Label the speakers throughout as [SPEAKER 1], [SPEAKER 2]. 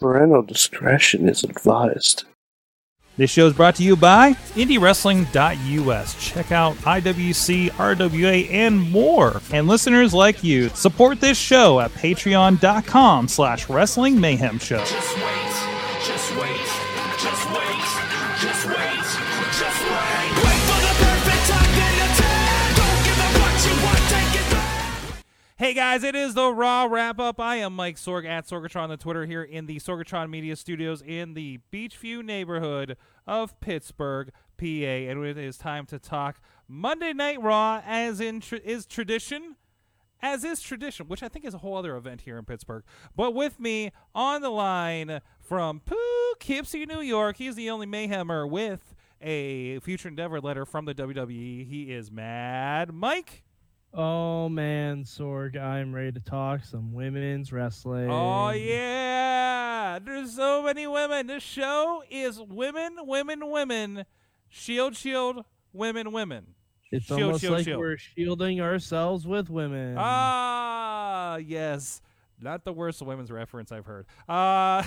[SPEAKER 1] Parental discretion is advised.
[SPEAKER 2] This show is brought to you by IndieWrestling.us. Check out IWC, RWA, and more. And listeners like you, support this show at patreon.com slash wrestling mayhem show.
[SPEAKER 3] Just wait, just wait, just wait, just wait, just wait. Wait for the perfect time then attack. Don't give up what you want, take it back.
[SPEAKER 2] Hey guys, it is the Raw Wrap Up. I am Mike Sorg at Sorgatron on the Twitter here in the Sorgatron Media Studios in the Beachview neighborhood of Pittsburgh, PA. And it is time to talk Monday Night Raw, as in tr is tradition, as is tradition, which I think is a whole other event here in Pittsburgh. But with me on the line from Poughkeepsie, New York, he's the only Mayhemmer with a future endeavor letter from the WWE. He is Mad Mike.
[SPEAKER 4] Oh man, Sorg, I'm ready to talk some women's wrestling.
[SPEAKER 2] Oh yeah, there's so many women. This show is women, women, women. Shield, shield, women, women.
[SPEAKER 4] it's
[SPEAKER 2] shield,
[SPEAKER 4] almost
[SPEAKER 2] shield,
[SPEAKER 4] like
[SPEAKER 2] shield.
[SPEAKER 4] we're shielding ourselves with women.
[SPEAKER 2] Ah, yes. Not the worst women's reference I've heard. Uh,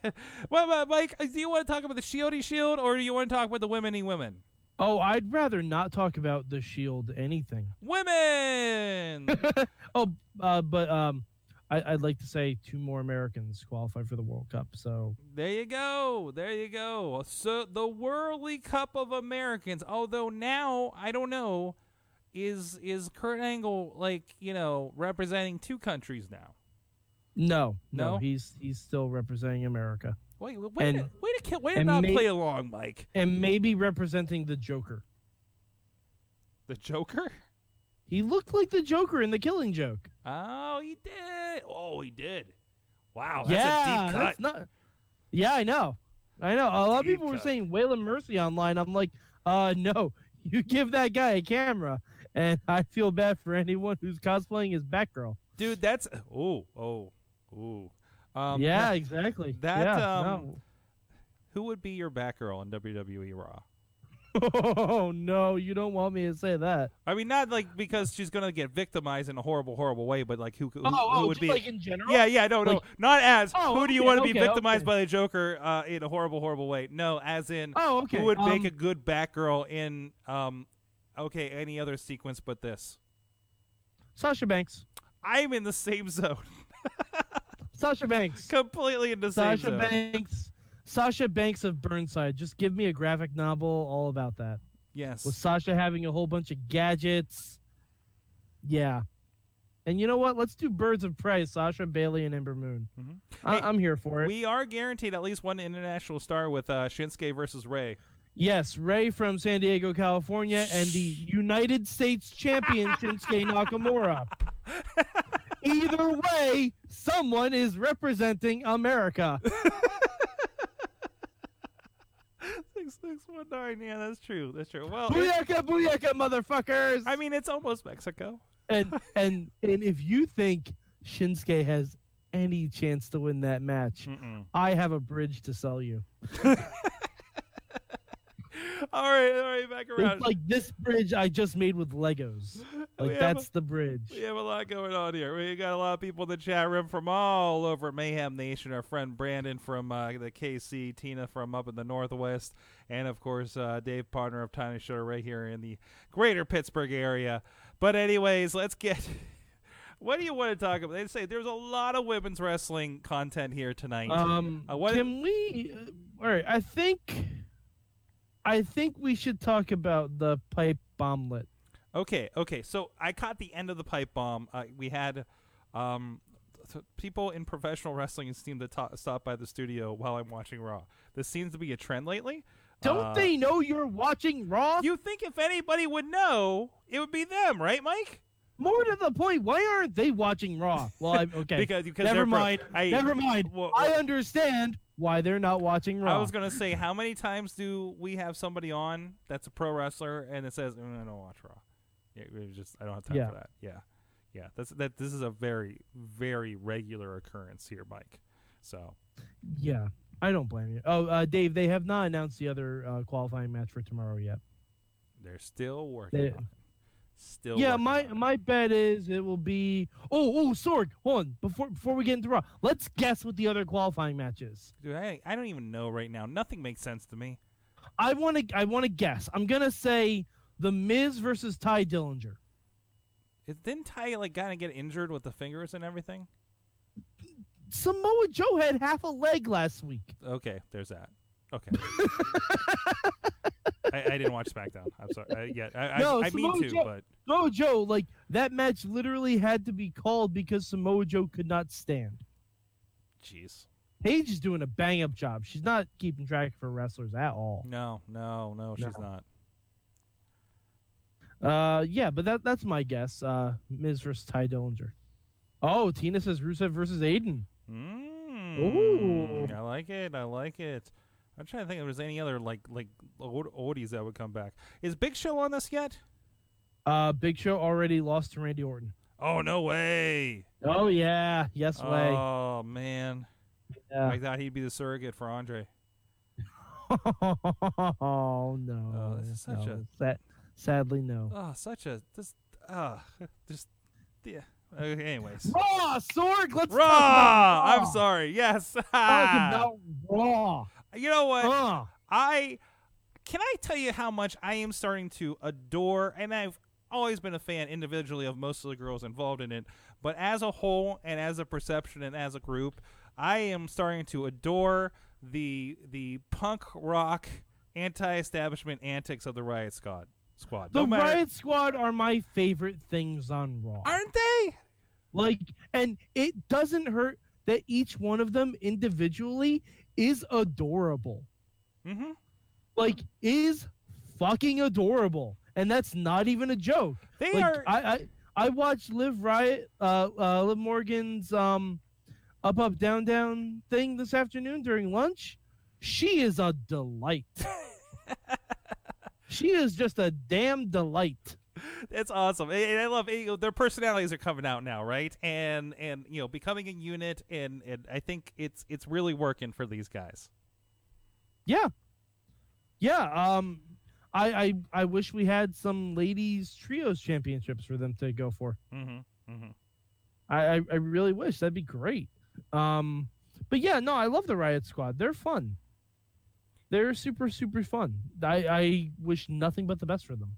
[SPEAKER 2] well, but, Mike, do you want to talk about the shieldy shield, or do you want to talk about the womeny women?
[SPEAKER 4] oh, I'd rather not talk about the Shield anything.
[SPEAKER 2] Women.
[SPEAKER 4] Oh, uh, but um, I, I'd like to say two more Americans qualified for the World Cup. So
[SPEAKER 2] There you go. There you go. So the Worldly Cup of Americans, although now I don't know, is is Kurt Angle like you know representing two countries now?
[SPEAKER 4] no, no,
[SPEAKER 2] No?
[SPEAKER 4] he's he's still representing America
[SPEAKER 2] Wait, wait, wait,
[SPEAKER 4] And-
[SPEAKER 2] wait to kill, wait to
[SPEAKER 4] and
[SPEAKER 2] not
[SPEAKER 4] may-
[SPEAKER 2] play along, Mike.
[SPEAKER 4] and maybe representing the Joker.
[SPEAKER 2] The Joker?
[SPEAKER 4] He looked like the Joker in the Killing Joke.
[SPEAKER 2] Oh, he did. Oh, he did. Wow, Oh, that's a deep cut.
[SPEAKER 4] that's not. Yeah, I know. I know. A lot of
[SPEAKER 2] Deep
[SPEAKER 4] people were
[SPEAKER 2] cut.
[SPEAKER 4] saying Waylon Mercy online. I'm like, uh, no, you give that guy a camera, and I feel bad for anyone who's cosplaying as Batgirl.
[SPEAKER 2] Dude, that's oh oh oh. Um,
[SPEAKER 4] yeah, exactly.
[SPEAKER 2] that,
[SPEAKER 4] Yeah,
[SPEAKER 2] um, Who would be your Batgirl in WWE E Raw?
[SPEAKER 4] no. Oh no, you don't want me to say that.
[SPEAKER 2] I mean, not like because she's gonna get victimized in a horrible, horrible way, but like who, who,
[SPEAKER 4] Oh,
[SPEAKER 2] who would be?
[SPEAKER 4] in general.
[SPEAKER 2] yeah, yeah, no, no,
[SPEAKER 4] like-
[SPEAKER 2] not as
[SPEAKER 4] Oh,
[SPEAKER 2] who do you
[SPEAKER 4] okay,
[SPEAKER 2] want to be
[SPEAKER 4] okay,
[SPEAKER 2] victimized
[SPEAKER 4] okay.
[SPEAKER 2] by the Joker uh, in a horrible, horrible way? No, as in
[SPEAKER 4] Oh, okay.
[SPEAKER 2] who would make
[SPEAKER 4] um,
[SPEAKER 2] a good Batgirl in um, okay, any other sequence but this?
[SPEAKER 4] Sasha Banks?
[SPEAKER 2] I'm in the same zone,
[SPEAKER 4] Sasha Banks.
[SPEAKER 2] completely in the same
[SPEAKER 4] Sasha
[SPEAKER 2] zone.
[SPEAKER 4] Banks. Sasha Banks of Burnside. Just give me a graphic novel all about that.
[SPEAKER 2] Yes,
[SPEAKER 4] with Sasha having a whole bunch of gadgets. Yeah. And you know what? Let's do Birds of Prey, Sasha Bailey and Ember Moon.
[SPEAKER 2] Mhm.
[SPEAKER 4] I-
[SPEAKER 2] Hey,
[SPEAKER 4] I'm here for it.
[SPEAKER 2] we are guaranteed at least one international star with uh, Shinsuke versus Ray.
[SPEAKER 4] yes, Ray from San Diego, California, and the United States champion Shinsuke Nakamura. Either way, someone is representing America.
[SPEAKER 2] Six six one nine. Yeah, that's true. That's true. Well. it-
[SPEAKER 4] Booyaka, booyaka, motherfuckers!
[SPEAKER 2] I mean, it's almost Mexico.
[SPEAKER 4] and and and if you think Shinsuke has any chance to win that match,
[SPEAKER 2] Hmm.
[SPEAKER 4] I have a bridge to sell you.
[SPEAKER 2] All right, all right, back around.
[SPEAKER 4] It's like this bridge I just made with Legos. Like
[SPEAKER 2] have a-
[SPEAKER 4] that's the bridge.
[SPEAKER 2] we have a lot going on here. We got a lot of people in the chat room from all over Mayhem Nation. Our friend Brandon from uh, the KC, Tina from up in the Northwest, and of course uh, Dave, partner of Tiny Shutter, right here in the greater Pittsburgh area. But anyways, let's get. What do you want to talk about? They say there's a lot of women's wrestling content here tonight.
[SPEAKER 4] Um,
[SPEAKER 2] Uh, what-
[SPEAKER 4] can we? Uh, all right, I think, I think we should talk about the pipe bomblet.
[SPEAKER 2] Okay, okay. So I caught the end of the pipe bomb. Uh, we had um, th- people in professional wrestling seem to ta- stop by the studio while I'm watching Raw. This seems to be a trend lately.
[SPEAKER 4] Don't
[SPEAKER 2] Uh,
[SPEAKER 4] they know you're watching Raw?
[SPEAKER 2] You think if anybody would know, it would be them, right, Mike?
[SPEAKER 4] More to the point, why aren't they watching Raw? Well, I, okay,
[SPEAKER 2] Because because
[SPEAKER 4] never
[SPEAKER 2] they're pro-
[SPEAKER 4] mind.
[SPEAKER 2] I,
[SPEAKER 4] never mind.
[SPEAKER 2] Wha-
[SPEAKER 4] I understand why they're not watching Raw.
[SPEAKER 2] I was gonna say, how many times do we have somebody on that's a pro wrestler and it says, "Mm, "I don't watch Raw"? Yeah, we just I don't have time
[SPEAKER 4] Yeah.
[SPEAKER 2] for that. Yeah, yeah. That's that. This is a very very regular occurrence here, Mike. So
[SPEAKER 4] yeah, I don't blame you. Oh, uh, Dave, they have not announced the other uh, qualifying match for tomorrow yet.
[SPEAKER 2] They're still working.
[SPEAKER 4] They-
[SPEAKER 2] on it. Still.
[SPEAKER 4] yeah,
[SPEAKER 2] working
[SPEAKER 4] my
[SPEAKER 2] on it.
[SPEAKER 4] my bet is it will be. Oh, oh, Sorg, hold on. Before before we get into Raw, let's guess what the other qualifying match is.
[SPEAKER 2] Dude, I, I don't even know right now. Nothing makes sense to me.
[SPEAKER 4] I want to I want to guess. I'm gonna say the Miz versus Ty Dillinger.
[SPEAKER 2] It, didn't Ty like kind of get injured with the fingers and everything?
[SPEAKER 4] Samoa Joe had half a leg last week.
[SPEAKER 2] Okay, there's that. Okay. I, I didn't watch SmackDown. I'm sorry. I, yeah, I,
[SPEAKER 4] No,
[SPEAKER 2] I, I mean
[SPEAKER 4] Samoa
[SPEAKER 2] to,
[SPEAKER 4] Joe-
[SPEAKER 2] but
[SPEAKER 4] Samoa Joe, like that match, literally had to be called because Samoa Joe could not stand.
[SPEAKER 2] jeez.
[SPEAKER 4] Paige is doing a bang up job. She's not keeping track for wrestlers at all.
[SPEAKER 2] No, no, no, she's not.
[SPEAKER 4] Uh, yeah, but that that's my guess. Uh, Miz versus Ty Dillinger. Oh, Tina says Rusev versus Aiden.
[SPEAKER 2] Mm, I like it. I like it. I'm trying to think if there's any other like like old, oldies that would come back. Is Big Show on this yet?
[SPEAKER 4] Uh, Big Show already lost to Randy Orton.
[SPEAKER 2] Oh no way!
[SPEAKER 4] Oh yeah, yes way.
[SPEAKER 2] Oh man,
[SPEAKER 4] Yeah.
[SPEAKER 2] I thought he'd be the surrogate for Andre.
[SPEAKER 4] oh no.
[SPEAKER 2] Oh, this is such
[SPEAKER 4] no.
[SPEAKER 2] a-
[SPEAKER 4] Sad- sadly no.
[SPEAKER 2] Oh, such a this. Ah, just yeah. Okay, anyways,
[SPEAKER 4] Raw Sorg, let's talk
[SPEAKER 2] raw.
[SPEAKER 4] about
[SPEAKER 2] I'm sorry. Yes.
[SPEAKER 4] Talk about Raw.
[SPEAKER 2] you know what?
[SPEAKER 4] Huh.
[SPEAKER 2] I can I tell you how much I am starting to adore, and I've always been a fan individually of most of the girls involved in it, but as a whole and as a perception and as a group, I am starting to adore the the punk rock anti-establishment antics of the Riot Squad. Squad.
[SPEAKER 4] The
[SPEAKER 2] no matter,
[SPEAKER 4] Riot Squad are my favorite things on Raw.
[SPEAKER 2] aren't they?
[SPEAKER 4] Like, and it doesn't hurt that each one of them individually is adorable.
[SPEAKER 2] Mm-hmm.
[SPEAKER 4] Like, is fucking adorable, and that's not even a joke.
[SPEAKER 2] They
[SPEAKER 4] like,
[SPEAKER 2] are.
[SPEAKER 4] I, I I watched Liv Riot, uh, uh, Liv Morgan's um, up up down down thing this afternoon during lunch. She is a delight. she is just a damn delight.
[SPEAKER 2] That's awesome. And and I love you know, their personalities are coming out now, right? And and you know, becoming a unit and and I think it's it's really working for these guys.
[SPEAKER 4] Yeah. Yeah. Um I, I I wish we had some ladies trios championships for them to go for.
[SPEAKER 2] Mhm. Mhm.
[SPEAKER 4] I, I, I really wish. That'd be great. Um but yeah, no, I love the Riot Squad. They're fun. They're super, super fun. I, I wish nothing but the best for them.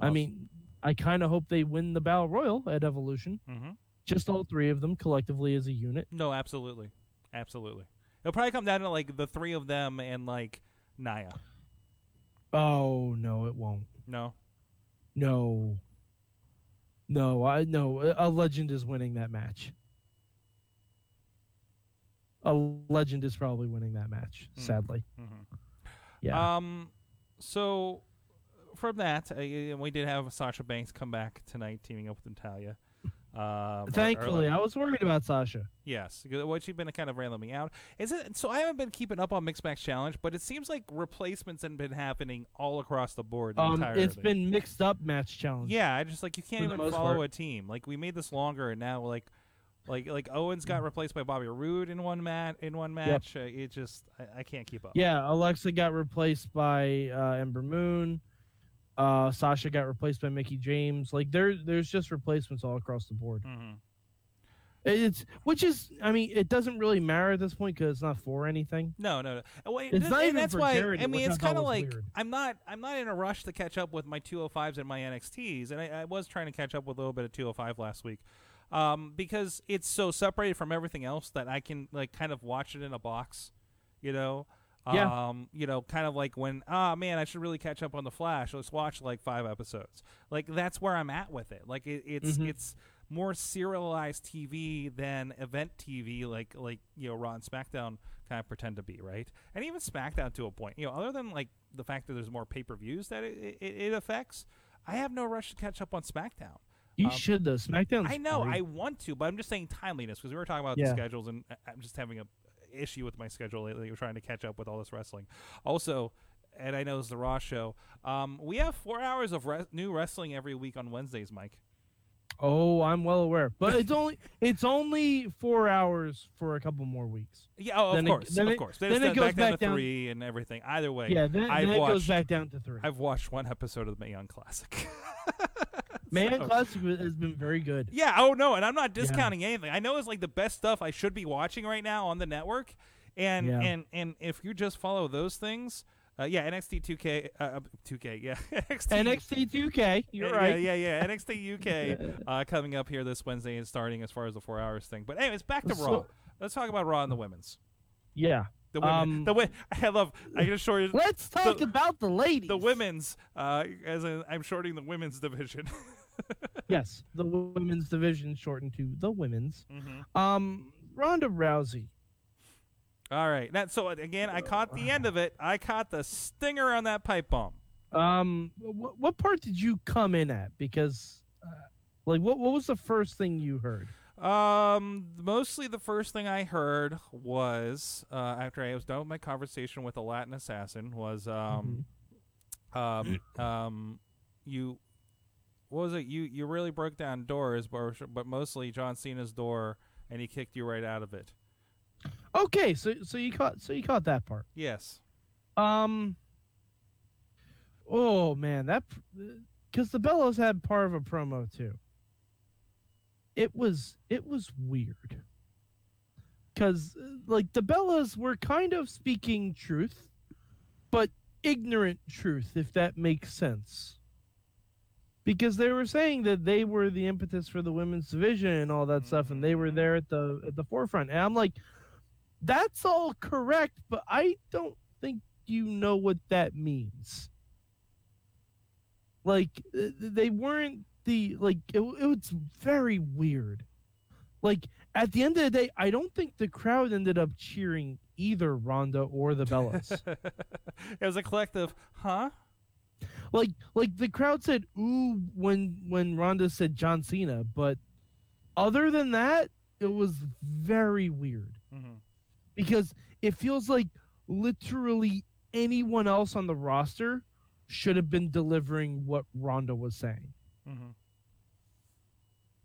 [SPEAKER 4] I
[SPEAKER 2] Awesome.
[SPEAKER 4] mean, I kind of hope they win the Battle Royal at Evolution.
[SPEAKER 2] Mhm.
[SPEAKER 4] Just all three of them collectively as a unit.
[SPEAKER 2] No, absolutely. Absolutely. It'll probably come down to like the three of them and like Naya.
[SPEAKER 4] Oh, no, it won't.
[SPEAKER 2] No.
[SPEAKER 4] No. No, I no. a- A legend is winning that match. A legend is probably winning that match.
[SPEAKER 2] Hmm.
[SPEAKER 4] Sadly,
[SPEAKER 2] Mhm.
[SPEAKER 4] yeah.
[SPEAKER 2] Um so from that, uh, and we did have Sasha Banks come back tonight teaming up with Natalia. Um, or- or,
[SPEAKER 4] Thankfully,
[SPEAKER 2] like-
[SPEAKER 4] I was worried about Sasha.
[SPEAKER 2] Yes, what she's been kind of randomly out. Is it so? I haven't been keeping up on Mixed Match Challenge, but it seems like replacements have been happening all across the board.
[SPEAKER 4] Um,
[SPEAKER 2] entirely.
[SPEAKER 4] it's been mixed up match challenge.
[SPEAKER 2] yeah. I just like you can't
[SPEAKER 4] For the
[SPEAKER 2] even
[SPEAKER 4] most
[SPEAKER 2] follow
[SPEAKER 4] part.
[SPEAKER 2] a team. Like we made this longer, and now like, like like Owens got
[SPEAKER 4] Mm.
[SPEAKER 2] replaced by Bobby Roode in one mat in one match. Uh, it just I, I can't keep up.
[SPEAKER 4] Yeah, Alexa got replaced by uh, Ember Moon. Uh, Sasha got replaced by Mickey James. Like there, there's just replacements all across the board.
[SPEAKER 2] hmm
[SPEAKER 4] It's which is, I mean, it doesn't really matter at this point because it's not for anything.
[SPEAKER 2] No, no, no. Uh, Wait,
[SPEAKER 4] It's
[SPEAKER 2] th-
[SPEAKER 4] not
[SPEAKER 2] and
[SPEAKER 4] even
[SPEAKER 2] that's
[SPEAKER 4] for
[SPEAKER 2] why.
[SPEAKER 4] charity,
[SPEAKER 2] I mean, it's
[SPEAKER 4] which I thought
[SPEAKER 2] kind of
[SPEAKER 4] was
[SPEAKER 2] like
[SPEAKER 4] weird.
[SPEAKER 2] I'm not. I'm not in a rush to catch up with my 205s and my NXTs, and I, I was trying to catch up with a little bit of 205 last week, um, because it's so separated from everything else that I can like kind of watch it in a box, you know.
[SPEAKER 4] Yeah.
[SPEAKER 2] Um, you know, kind of like when, ah, man, I should really catch up on the Flash. Let's watch like five episodes. Like that's where I'm at with it. Like it, it's
[SPEAKER 4] Mhm.
[SPEAKER 2] it's more serialized TV than event TV, like like you know Raw and SmackDown kind of pretend to be, right? And even SmackDown to a point. You know, other than like the fact that there's more pay per views that it, it, it affects, I have no rush to catch up on SmackDown.
[SPEAKER 4] You
[SPEAKER 2] Um,
[SPEAKER 4] should though. SmackDown.
[SPEAKER 2] I know I want to, but I'm just saying timeliness because we were talking about the
[SPEAKER 4] Yeah.
[SPEAKER 2] schedules, and I- I'm just having a issue with my schedule lately. We're trying to catch up with all this wrestling. Also, and I know it's the Raw show. Um, we have four hours of re- new wrestling every week on Wednesdays, Mike.
[SPEAKER 4] Oh, I'm well aware, but it's only it's only four hours for a couple more weeks.
[SPEAKER 2] Yeah, oh, of
[SPEAKER 4] Then it-
[SPEAKER 2] course,
[SPEAKER 4] then
[SPEAKER 2] of
[SPEAKER 4] it-
[SPEAKER 2] course.
[SPEAKER 4] then it
[SPEAKER 2] it's
[SPEAKER 4] goes
[SPEAKER 2] back down
[SPEAKER 4] back
[SPEAKER 2] to
[SPEAKER 4] down-
[SPEAKER 2] three and everything. Either way,
[SPEAKER 4] Yeah, then,
[SPEAKER 2] I've
[SPEAKER 4] then it goes
[SPEAKER 2] watched-
[SPEAKER 4] back down to 3
[SPEAKER 2] I've watched one episode of the Young Classic.
[SPEAKER 4] Man
[SPEAKER 2] So-
[SPEAKER 4] Classic has been very good.
[SPEAKER 2] Yeah, oh no, and I'm not discounting anything. I know it's like the best stuff I should be watching right now on the network. And
[SPEAKER 4] Yeah.
[SPEAKER 2] and and if you just follow those things, uh, yeah, NXT 2K uh, uh, 2K, yeah. NXT
[SPEAKER 4] NXT 2K, you're
[SPEAKER 2] yeah,
[SPEAKER 4] right.
[SPEAKER 2] Yeah, yeah, yeah. NXT UK uh, coming up here this Wednesday and starting as far as the 4 hours thing. But anyways, back to
[SPEAKER 4] So-
[SPEAKER 2] Raw. Let's talk about Raw and the women's.
[SPEAKER 4] Yeah.
[SPEAKER 2] The women
[SPEAKER 4] Um,
[SPEAKER 2] the wi- I love I can assure you
[SPEAKER 4] Let's talk about the ladies.
[SPEAKER 2] the women's uh, as in, I'm shorting the women's division.
[SPEAKER 4] Yes, the women's division shortened to the women's.
[SPEAKER 2] Mhm.
[SPEAKER 4] Um, Ronda Rousey.
[SPEAKER 2] All right. That, so again, I caught the end of it. I caught the stinger on that pipe bomb.
[SPEAKER 4] Um, wh- what part did you come in at? Because, uh, like, what what was the first thing you heard?
[SPEAKER 2] Um, mostly the first thing I heard was uh, after I was done with my conversation with a Latin assassin was
[SPEAKER 4] Mm-hmm.
[SPEAKER 2] um, um, um, you, what was it? You you really broke down doors, but but mostly John Cena's door, and he kicked you right out of it.
[SPEAKER 4] Okay, so so you caught so you caught that part.
[SPEAKER 2] Yes.
[SPEAKER 4] Um. Oh man, that because the Bellows had part of a promo too. It was it was weird. Because like the Bellas were kind of speaking truth, but ignorant truth, if that makes sense. Because they were saying that they were the impetus for the women's division and all that stuff, and they were there at the at the forefront. And I'm like, that's all correct, but I don't think you know what that means. Like uh, th- they weren't the like it, w- it was very weird. Like at the end of the day, I don't think the crowd ended up cheering either Ronda or the Bellas.
[SPEAKER 2] it was a collective, huh?
[SPEAKER 4] like like the crowd said ooh when when Ronda said John Cena, but other than that, it was very weird.
[SPEAKER 2] Mm-hmm.
[SPEAKER 4] because it feels like literally anyone else on the roster should have been delivering what Ronda was saying
[SPEAKER 2] Mm-hmm.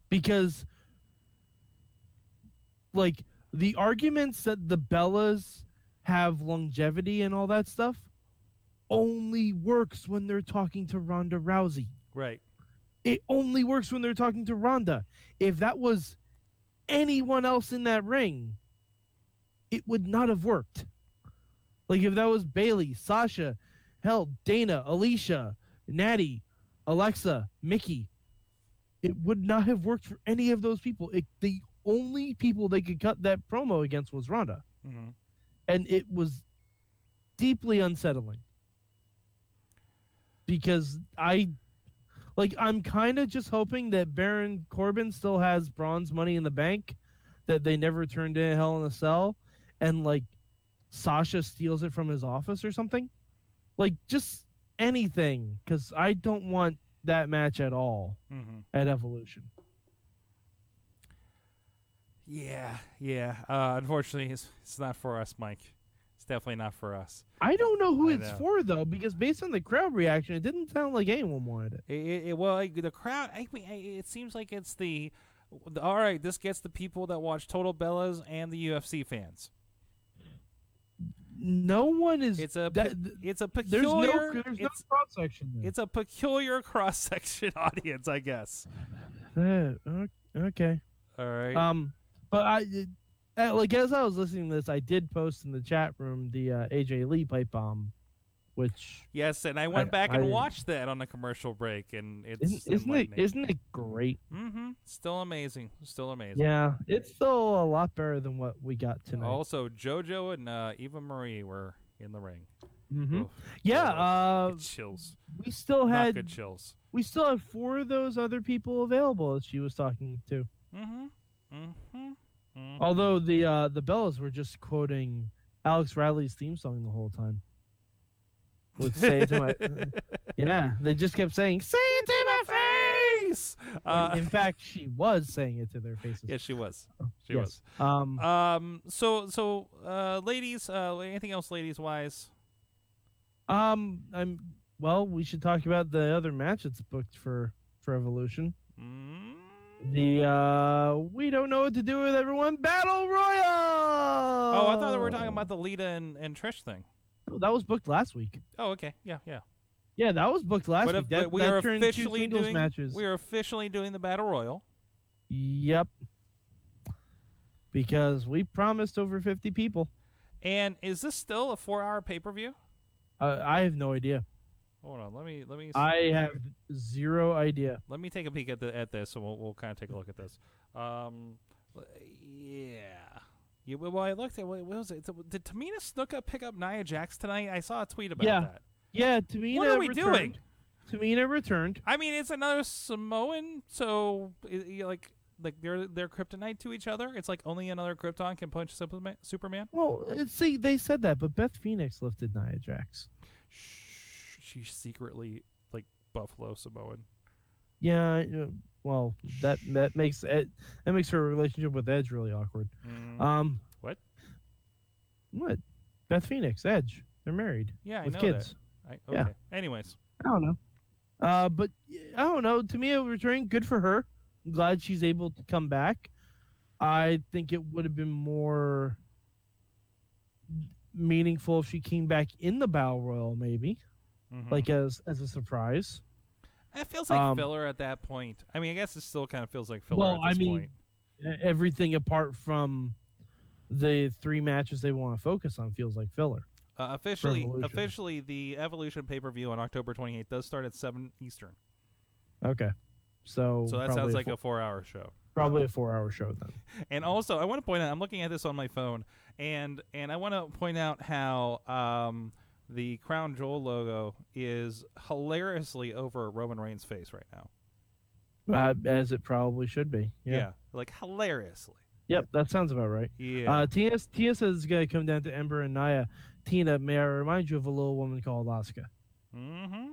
[SPEAKER 4] because like the arguments that the Bellas have longevity and all that stuff only works when they're talking to Ronda Rousey.
[SPEAKER 2] Right.
[SPEAKER 4] It only works when they're talking to Ronda. If that was anyone else in that ring, it would not have worked. Like if that was Bailey, Sasha, hell, Dana, Alicia, Natty, Alexa, Mickey, it would not have worked for any of those people. It, the only people they could cut that promo against was Ronda,
[SPEAKER 2] Mm-hmm.
[SPEAKER 4] and it was deeply unsettling because I. Like I'm kind of just hoping that Baron Corbin still has bronze money in the bank, that they never turned in Hell in a Cell, and like Sasha steals it from his office or something. Like just anything, because I don't want that match at all
[SPEAKER 2] Mm-hmm.
[SPEAKER 4] at Evolution.
[SPEAKER 2] Yeah, yeah. Uh, unfortunately, it's, it's not for us, Mike. It's definitely not for us.
[SPEAKER 4] I don't know who
[SPEAKER 2] I
[SPEAKER 4] it's
[SPEAKER 2] know.
[SPEAKER 4] for though, because based on the crowd reaction, it didn't sound like anyone wanted it.
[SPEAKER 2] It, it, it- well, like, the crowd. I, mean, I- it seems like it's the, the all right. This gets the people that watch Total Bellas and the UFC fans.
[SPEAKER 4] No one is.
[SPEAKER 2] It's a
[SPEAKER 4] that-
[SPEAKER 2] pe-
[SPEAKER 4] th-
[SPEAKER 2] it's a
[SPEAKER 4] there's no
[SPEAKER 2] peculiar
[SPEAKER 4] there's no
[SPEAKER 2] it's,
[SPEAKER 4] cross section there.
[SPEAKER 2] it's a peculiar cross section audience, I guess.
[SPEAKER 4] Uh, okay.
[SPEAKER 2] All right.
[SPEAKER 4] Um, but I it- uh, like as I was listening to this, I did post in the chat room the uh, AJ Lee pipe bomb, which
[SPEAKER 2] yes, and I went
[SPEAKER 4] I-
[SPEAKER 2] back and
[SPEAKER 4] I-
[SPEAKER 2] watched that on a commercial break, and it's
[SPEAKER 4] isn't, isn't it
[SPEAKER 2] enlightening.
[SPEAKER 4] isn't it great?
[SPEAKER 2] mm-hmm. Still amazing. Still amazing.
[SPEAKER 4] Yeah, it's still a lot better than what we got tonight.
[SPEAKER 2] Also, JoJo and uh, Eva Marie were in the ring.
[SPEAKER 4] Mhm.
[SPEAKER 2] Oof.
[SPEAKER 4] Yeah,
[SPEAKER 2] Ugh,
[SPEAKER 4] uh,
[SPEAKER 2] good chills.
[SPEAKER 4] we still
[SPEAKER 2] Not
[SPEAKER 4] had
[SPEAKER 2] good chills.
[SPEAKER 4] we still had four of those other people available that she was talking to.
[SPEAKER 2] Mm-hmm. Mm-hmm. mm-hmm.
[SPEAKER 4] Although the uh, the Bellas were just quoting Alex Riley's theme song the whole time. Would say to my yeah, they just kept saying "Say it to my face."
[SPEAKER 2] face. Uh,
[SPEAKER 4] in fact, she was saying it to their faces.
[SPEAKER 2] yeah, she was. She
[SPEAKER 4] Yes. Um,
[SPEAKER 2] was. Um. So so, uh, ladies. Uh, anything else, ladies? Wise. Uh,
[SPEAKER 4] um, I'm well. We should talk about the other match that's booked for for Evolution.
[SPEAKER 2] Mm,
[SPEAKER 4] the uh, we don't know what to do with everyone battle royal.
[SPEAKER 2] Oh, I thought we were talking about the Lita and, and Trish thing.
[SPEAKER 4] that was booked last week.
[SPEAKER 2] Oh, okay. Yeah, yeah.
[SPEAKER 4] Yeah, that was booked last
[SPEAKER 2] But
[SPEAKER 4] week.
[SPEAKER 2] if-
[SPEAKER 4] that,
[SPEAKER 2] but we
[SPEAKER 4] that
[SPEAKER 2] are
[SPEAKER 4] turned two
[SPEAKER 2] officially
[SPEAKER 4] singles
[SPEAKER 2] doing-
[SPEAKER 4] matches.
[SPEAKER 2] We are officially doing the Battle Royal.
[SPEAKER 4] Yep. Because we promised over 50 people.
[SPEAKER 2] And is this still a four hour pay per view?
[SPEAKER 4] Uh, I have no idea.
[SPEAKER 2] Hold on, let me let me
[SPEAKER 4] I have zero idea.
[SPEAKER 2] let me take a peek at the at this, and we'll we'll kind of take a look at this. Um, l- yeah, yeah. Well, I looked at what, what was it? Did Tamina Snuka pick up Nia Jax tonight? I saw a tweet about
[SPEAKER 4] Yeah.
[SPEAKER 2] that.
[SPEAKER 4] Yeah, Tamina.
[SPEAKER 2] What are we
[SPEAKER 4] returned.
[SPEAKER 2] doing?
[SPEAKER 4] doing? Tamina returned.
[SPEAKER 2] I mean, it's another Samoan, so i i- like like they're they're kryptonite to each other. It's like only another Krypton can punch Superman. Superman.
[SPEAKER 4] Well, uh, see, they said that, but Beth Phoenix lifted Nia Jax.
[SPEAKER 2] Shh, She's secretly like Buffalo Samoan.
[SPEAKER 4] Yeah, I- uh, well, that that makes Ed, that makes her relationship with Edge really awkward.
[SPEAKER 2] Mm-hmm.
[SPEAKER 4] Um,
[SPEAKER 2] Hmm. What?
[SPEAKER 4] What? Beth Phoenix, Edge, they're married
[SPEAKER 2] yeah, I
[SPEAKER 4] with
[SPEAKER 2] know
[SPEAKER 4] kids.
[SPEAKER 2] that. I, okay.
[SPEAKER 4] Yeah.
[SPEAKER 2] Anyways,
[SPEAKER 4] I don't know. Uh, but y- I don't know. Tamia returning, good for her. I'm glad she's able to come back. I think it would have been more meaningful if she came back in the Battle Royal, maybe
[SPEAKER 2] Mhm.
[SPEAKER 4] like as as a surprise.
[SPEAKER 2] It feels like
[SPEAKER 4] Um,
[SPEAKER 2] filler at that point. I mean, I guess it still kind of feels like filler
[SPEAKER 4] Well,
[SPEAKER 2] at
[SPEAKER 4] I
[SPEAKER 2] this
[SPEAKER 4] mean,
[SPEAKER 2] point.
[SPEAKER 4] E- Everything apart from the three matches they want to focus on feels like filler.
[SPEAKER 2] Uh, officially,
[SPEAKER 4] Revolution.
[SPEAKER 2] officially, the Evolution pay per view on October 28th does start at seven Eastern.
[SPEAKER 4] Okay, so
[SPEAKER 2] So that
[SPEAKER 4] Oh, probably
[SPEAKER 2] sounds like
[SPEAKER 4] four,
[SPEAKER 2] a four-hour show.
[SPEAKER 4] probably a four-hour show then.
[SPEAKER 2] And also, I want to point out, I'm looking at this on my phone, and and I want to point out how um, the Crown Jewel logo is hilariously over Roman Reigns' face right now.
[SPEAKER 4] Uh, as it probably should be. Yeah.
[SPEAKER 2] like hilariously.
[SPEAKER 4] Yep, that sounds about right.
[SPEAKER 2] Yeah.
[SPEAKER 4] Uh, Tia, Tia says it's going to come down to Ember and Naya. Tina, may I remind you of a little woman called Asuka?
[SPEAKER 2] mm-hmm.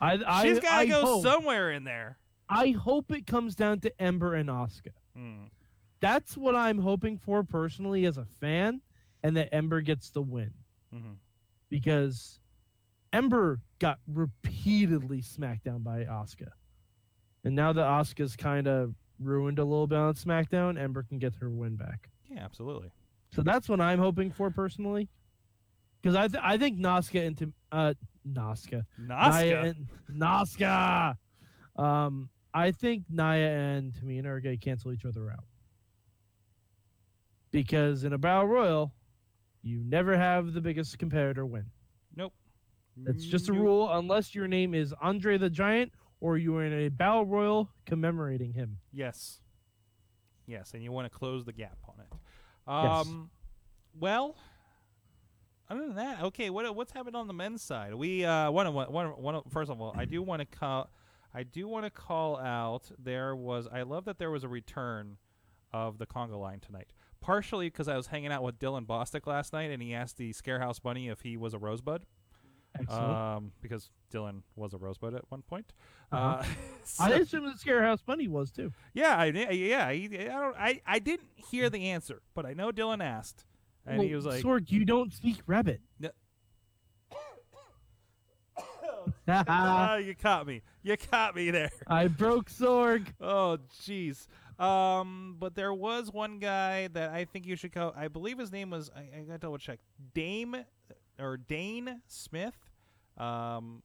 [SPEAKER 4] I, I,
[SPEAKER 2] She's got
[SPEAKER 4] I
[SPEAKER 2] to go
[SPEAKER 4] hope,
[SPEAKER 2] somewhere in there.
[SPEAKER 4] I hope it comes down to Ember and Asuka.
[SPEAKER 2] Mm.
[SPEAKER 4] That's what I'm hoping for personally as a fan, and that Ember gets the win
[SPEAKER 2] hmm
[SPEAKER 4] because Ember got repeatedly smacked down by Asuka. And now that Asuka's kind of ruined a little bit on SmackDown, Ember can get her win back.
[SPEAKER 2] Yeah, absolutely.
[SPEAKER 4] So that's what I'm hoping for personally, because I th- I think Nasca into uh Nasca
[SPEAKER 2] Nasca.
[SPEAKER 4] Naya and, Nasca. Um, I think Naya and Tamina are gonna cancel each other out because in a battle royal, you never have the biggest competitor win.
[SPEAKER 2] Nope.
[SPEAKER 4] That's just a
[SPEAKER 2] Nope.
[SPEAKER 4] rule unless your name is Andre the Giant or you are in a battle royal commemorating him.
[SPEAKER 2] Yes. Yes, and you want to close the gap on it.
[SPEAKER 4] Yes.
[SPEAKER 2] Um, Well, other than that, okay. What what's happened on the men's side? We uh, one of one one of- one of- first of all, I do want to call, I do want to call out. There was I love that there was a return of the Congo line tonight. Partially because I was hanging out with Dylan Bostic last night, and he asked the Scarehouse Bunny if he was a rosebud,
[SPEAKER 4] Excellent.
[SPEAKER 2] um, because Dylan was a rosebud at one point.
[SPEAKER 4] Uh-huh.
[SPEAKER 2] Uh,
[SPEAKER 4] I
[SPEAKER 2] so-
[SPEAKER 4] assume the Scarehouse Bunny was too.
[SPEAKER 2] yeah, I, di- yeah. He, I don't. I, I didn't hear the answer, but I know Dylan asked, and he
[SPEAKER 4] Well,
[SPEAKER 2] was like,
[SPEAKER 4] Sorg, you don't speak rabbit.
[SPEAKER 2] No.
[SPEAKER 4] I
[SPEAKER 2] "Ah, you caught me. You caught me there."
[SPEAKER 4] broke Sorg.
[SPEAKER 2] Oh, jeez. Um, but there was one guy that I think you should call. I believe his name was. I, I got to double check. Dame or Dane Smith. Um,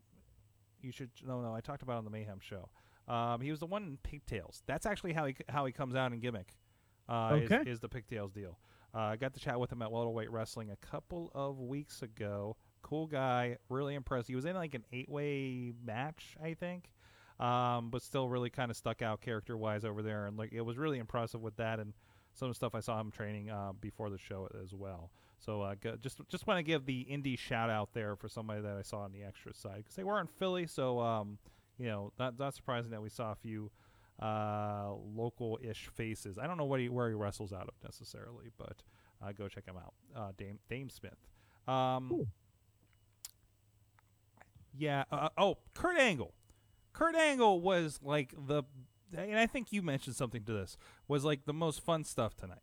[SPEAKER 2] you should. No, no. I talked about it on the Mayhem show. Um, he was the one in pigtails. That's actually how he how he comes out in gimmick. Uh, is-
[SPEAKER 4] Okay.
[SPEAKER 2] is, the pigtails deal. Uh, I got to chat with him at Welterweight Wrestling a couple of weeks ago. Cool guy, really impressed. He was in like an eight way match, I think um, but still really kind of stuck out character wise over there. And like it was really impressive with that and some of the stuff I saw him training uh, before the show as well. So uh, go, just just want to give the indie shout out there for somebody that I saw on the extra side because they were in Philly, so um, you know not not surprising that we saw a few uh, local ish faces. I don't know what he where he wrestles out of necessarily, but uh, go check him out, uh, Dame Dame Smith. Um,
[SPEAKER 4] Cool.
[SPEAKER 2] Yeah. Uh, oh, Kurt Angle. Kurt Angle was like the, and I think you mentioned something to this was like the most fun stuff tonight.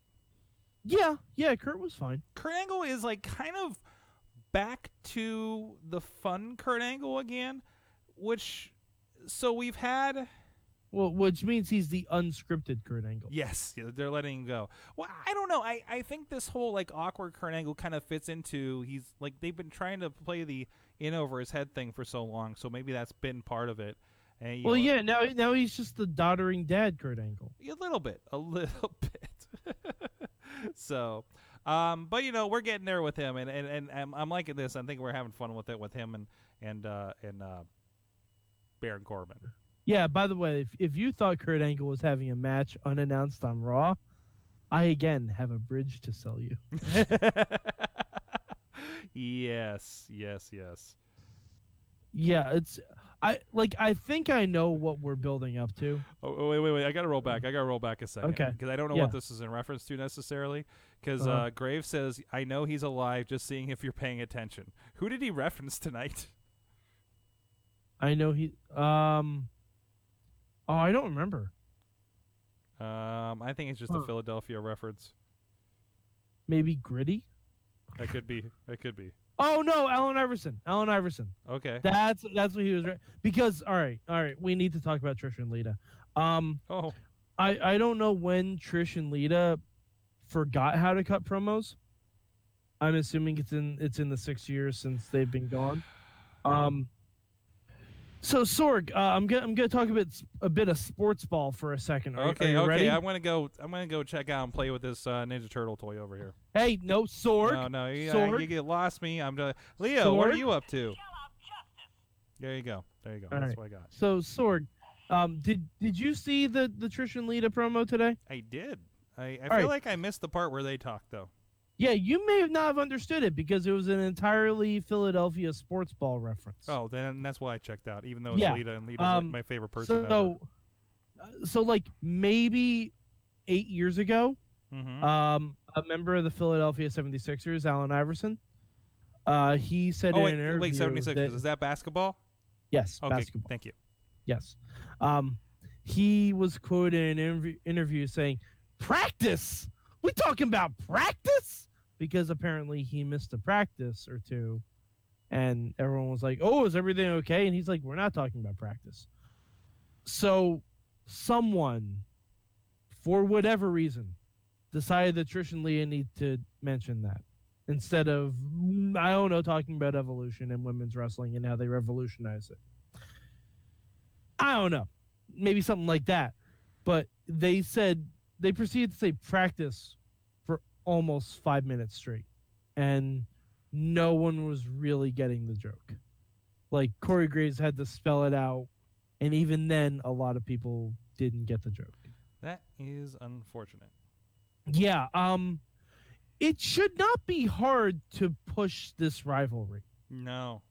[SPEAKER 4] Yeah, yeah, Kurt was fine.
[SPEAKER 2] Kurt Angle is like kind of back to the fun Kurt Angle again, which so we've had
[SPEAKER 4] Well, which means he's the unscripted Kurt Angle.
[SPEAKER 2] Yes, yeah, they're letting him go. Well, I don't know. I, I think this whole like awkward Kurt Angle kind of fits into he's like they've been trying to play the in over his head thing for so long, so maybe that's been part of it. And, you
[SPEAKER 4] Well,
[SPEAKER 2] know,
[SPEAKER 4] yeah. Now, now he's just the doddering dad, Kurt Angle.
[SPEAKER 2] a little bit, a little bit. so, um, but you know, we're getting there with him, and and, and I'm, I'm liking this. I think we're having fun with it with him and and uh, and uh, Baron Corbin.
[SPEAKER 4] Yeah. By the way, if if you thought Kurt Angle was having a match unannounced on Raw, I again have a bridge to sell you.
[SPEAKER 2] yes, yes, yes.
[SPEAKER 4] Yeah, it's I like I think I know what we're building up to.
[SPEAKER 2] Oh, oh, wait, wait, wait! I gotta roll back. I gotta roll back a second,
[SPEAKER 4] Okay.
[SPEAKER 2] Because I don't know
[SPEAKER 4] Yeah.
[SPEAKER 2] what this is in reference to necessarily. Because uh
[SPEAKER 4] Uh-huh.
[SPEAKER 2] Graves says, "I know he's alive, just seeing if you're paying attention." Who did he reference tonight?
[SPEAKER 4] I know he um Oh, I don't remember.
[SPEAKER 2] Um, I think it's just a
[SPEAKER 4] Huh.
[SPEAKER 2] Philadelphia reference.
[SPEAKER 4] Maybe Gritty?
[SPEAKER 2] That could be. That could be.
[SPEAKER 4] Oh no, Allen Iverson. Allen Iverson.
[SPEAKER 2] Okay.
[SPEAKER 4] That's that's what he was re- because all right, all right, we need to talk about Trish and Lita. Um
[SPEAKER 2] Oh,
[SPEAKER 4] I I don't know when Trish and Lita forgot how to cut promos. I'm assuming it's in it's in the 6 years since they've been gone. Um so Sorg, uh, I'm gonna I'm gonna talk a bit a bit of sports ball for a second. Are,
[SPEAKER 2] okay,
[SPEAKER 4] are you
[SPEAKER 2] okay.
[SPEAKER 4] ready?
[SPEAKER 2] I'm gonna go. I'm gonna go check out and play with this uh, Ninja Turtle toy over here.
[SPEAKER 4] Hey, no Sorg.
[SPEAKER 2] No, no, you, uh,
[SPEAKER 4] Sword.
[SPEAKER 2] you get lost me. I'm done. Leo, what are
[SPEAKER 4] Sword.
[SPEAKER 2] you up to? There you go. There you go.
[SPEAKER 4] All
[SPEAKER 2] That's
[SPEAKER 4] right.
[SPEAKER 2] what I got.
[SPEAKER 4] So Sorg, um, did did you see the the Trish and Lita promo today?
[SPEAKER 2] I did. I, I feel
[SPEAKER 4] right.
[SPEAKER 2] like I missed the part where they talked though.
[SPEAKER 4] Yeah, you may not have understood it because it was an entirely Philadelphia sports ball reference.
[SPEAKER 2] Oh, then that's why I checked out. Even though it's
[SPEAKER 4] Yeah.
[SPEAKER 2] Lita and Lita's like
[SPEAKER 4] Um,
[SPEAKER 2] my favorite person.
[SPEAKER 4] so uh, so like maybe eight years ago,
[SPEAKER 2] ever. Mhm.
[SPEAKER 4] um, a member of the Philadelphia 76ers, Allen Iverson, uh, he said
[SPEAKER 2] oh
[SPEAKER 4] in
[SPEAKER 2] wait,
[SPEAKER 4] an interview
[SPEAKER 2] wait, 76
[SPEAKER 4] that-
[SPEAKER 2] is that basketball?
[SPEAKER 4] yes,
[SPEAKER 2] Okay,
[SPEAKER 4] basketball.
[SPEAKER 2] thank you.
[SPEAKER 4] Yes. Um, he was quoted in an interview, interview saying, Practice? We talking about practice? Because apparently he missed a practice or two. And everyone was like, Oh, is everything okay? And he's like, We're not talking about practice. So someone, for whatever reason, decided that Trish and Leah need to mention that instead of, mm, I don't know, talking about evolution and women's wrestling and how they revolutionize it. I don't know, maybe something like that. But they said they proceeded to say practice for almost five minutes straight, and no one was really getting the joke. Like Corey Graves had to spell it out, and even then, a lot of people didn't get the joke.
[SPEAKER 2] That is unfortunate.
[SPEAKER 4] Yeah, um, it should not be hard to push this rivalry.
[SPEAKER 2] No.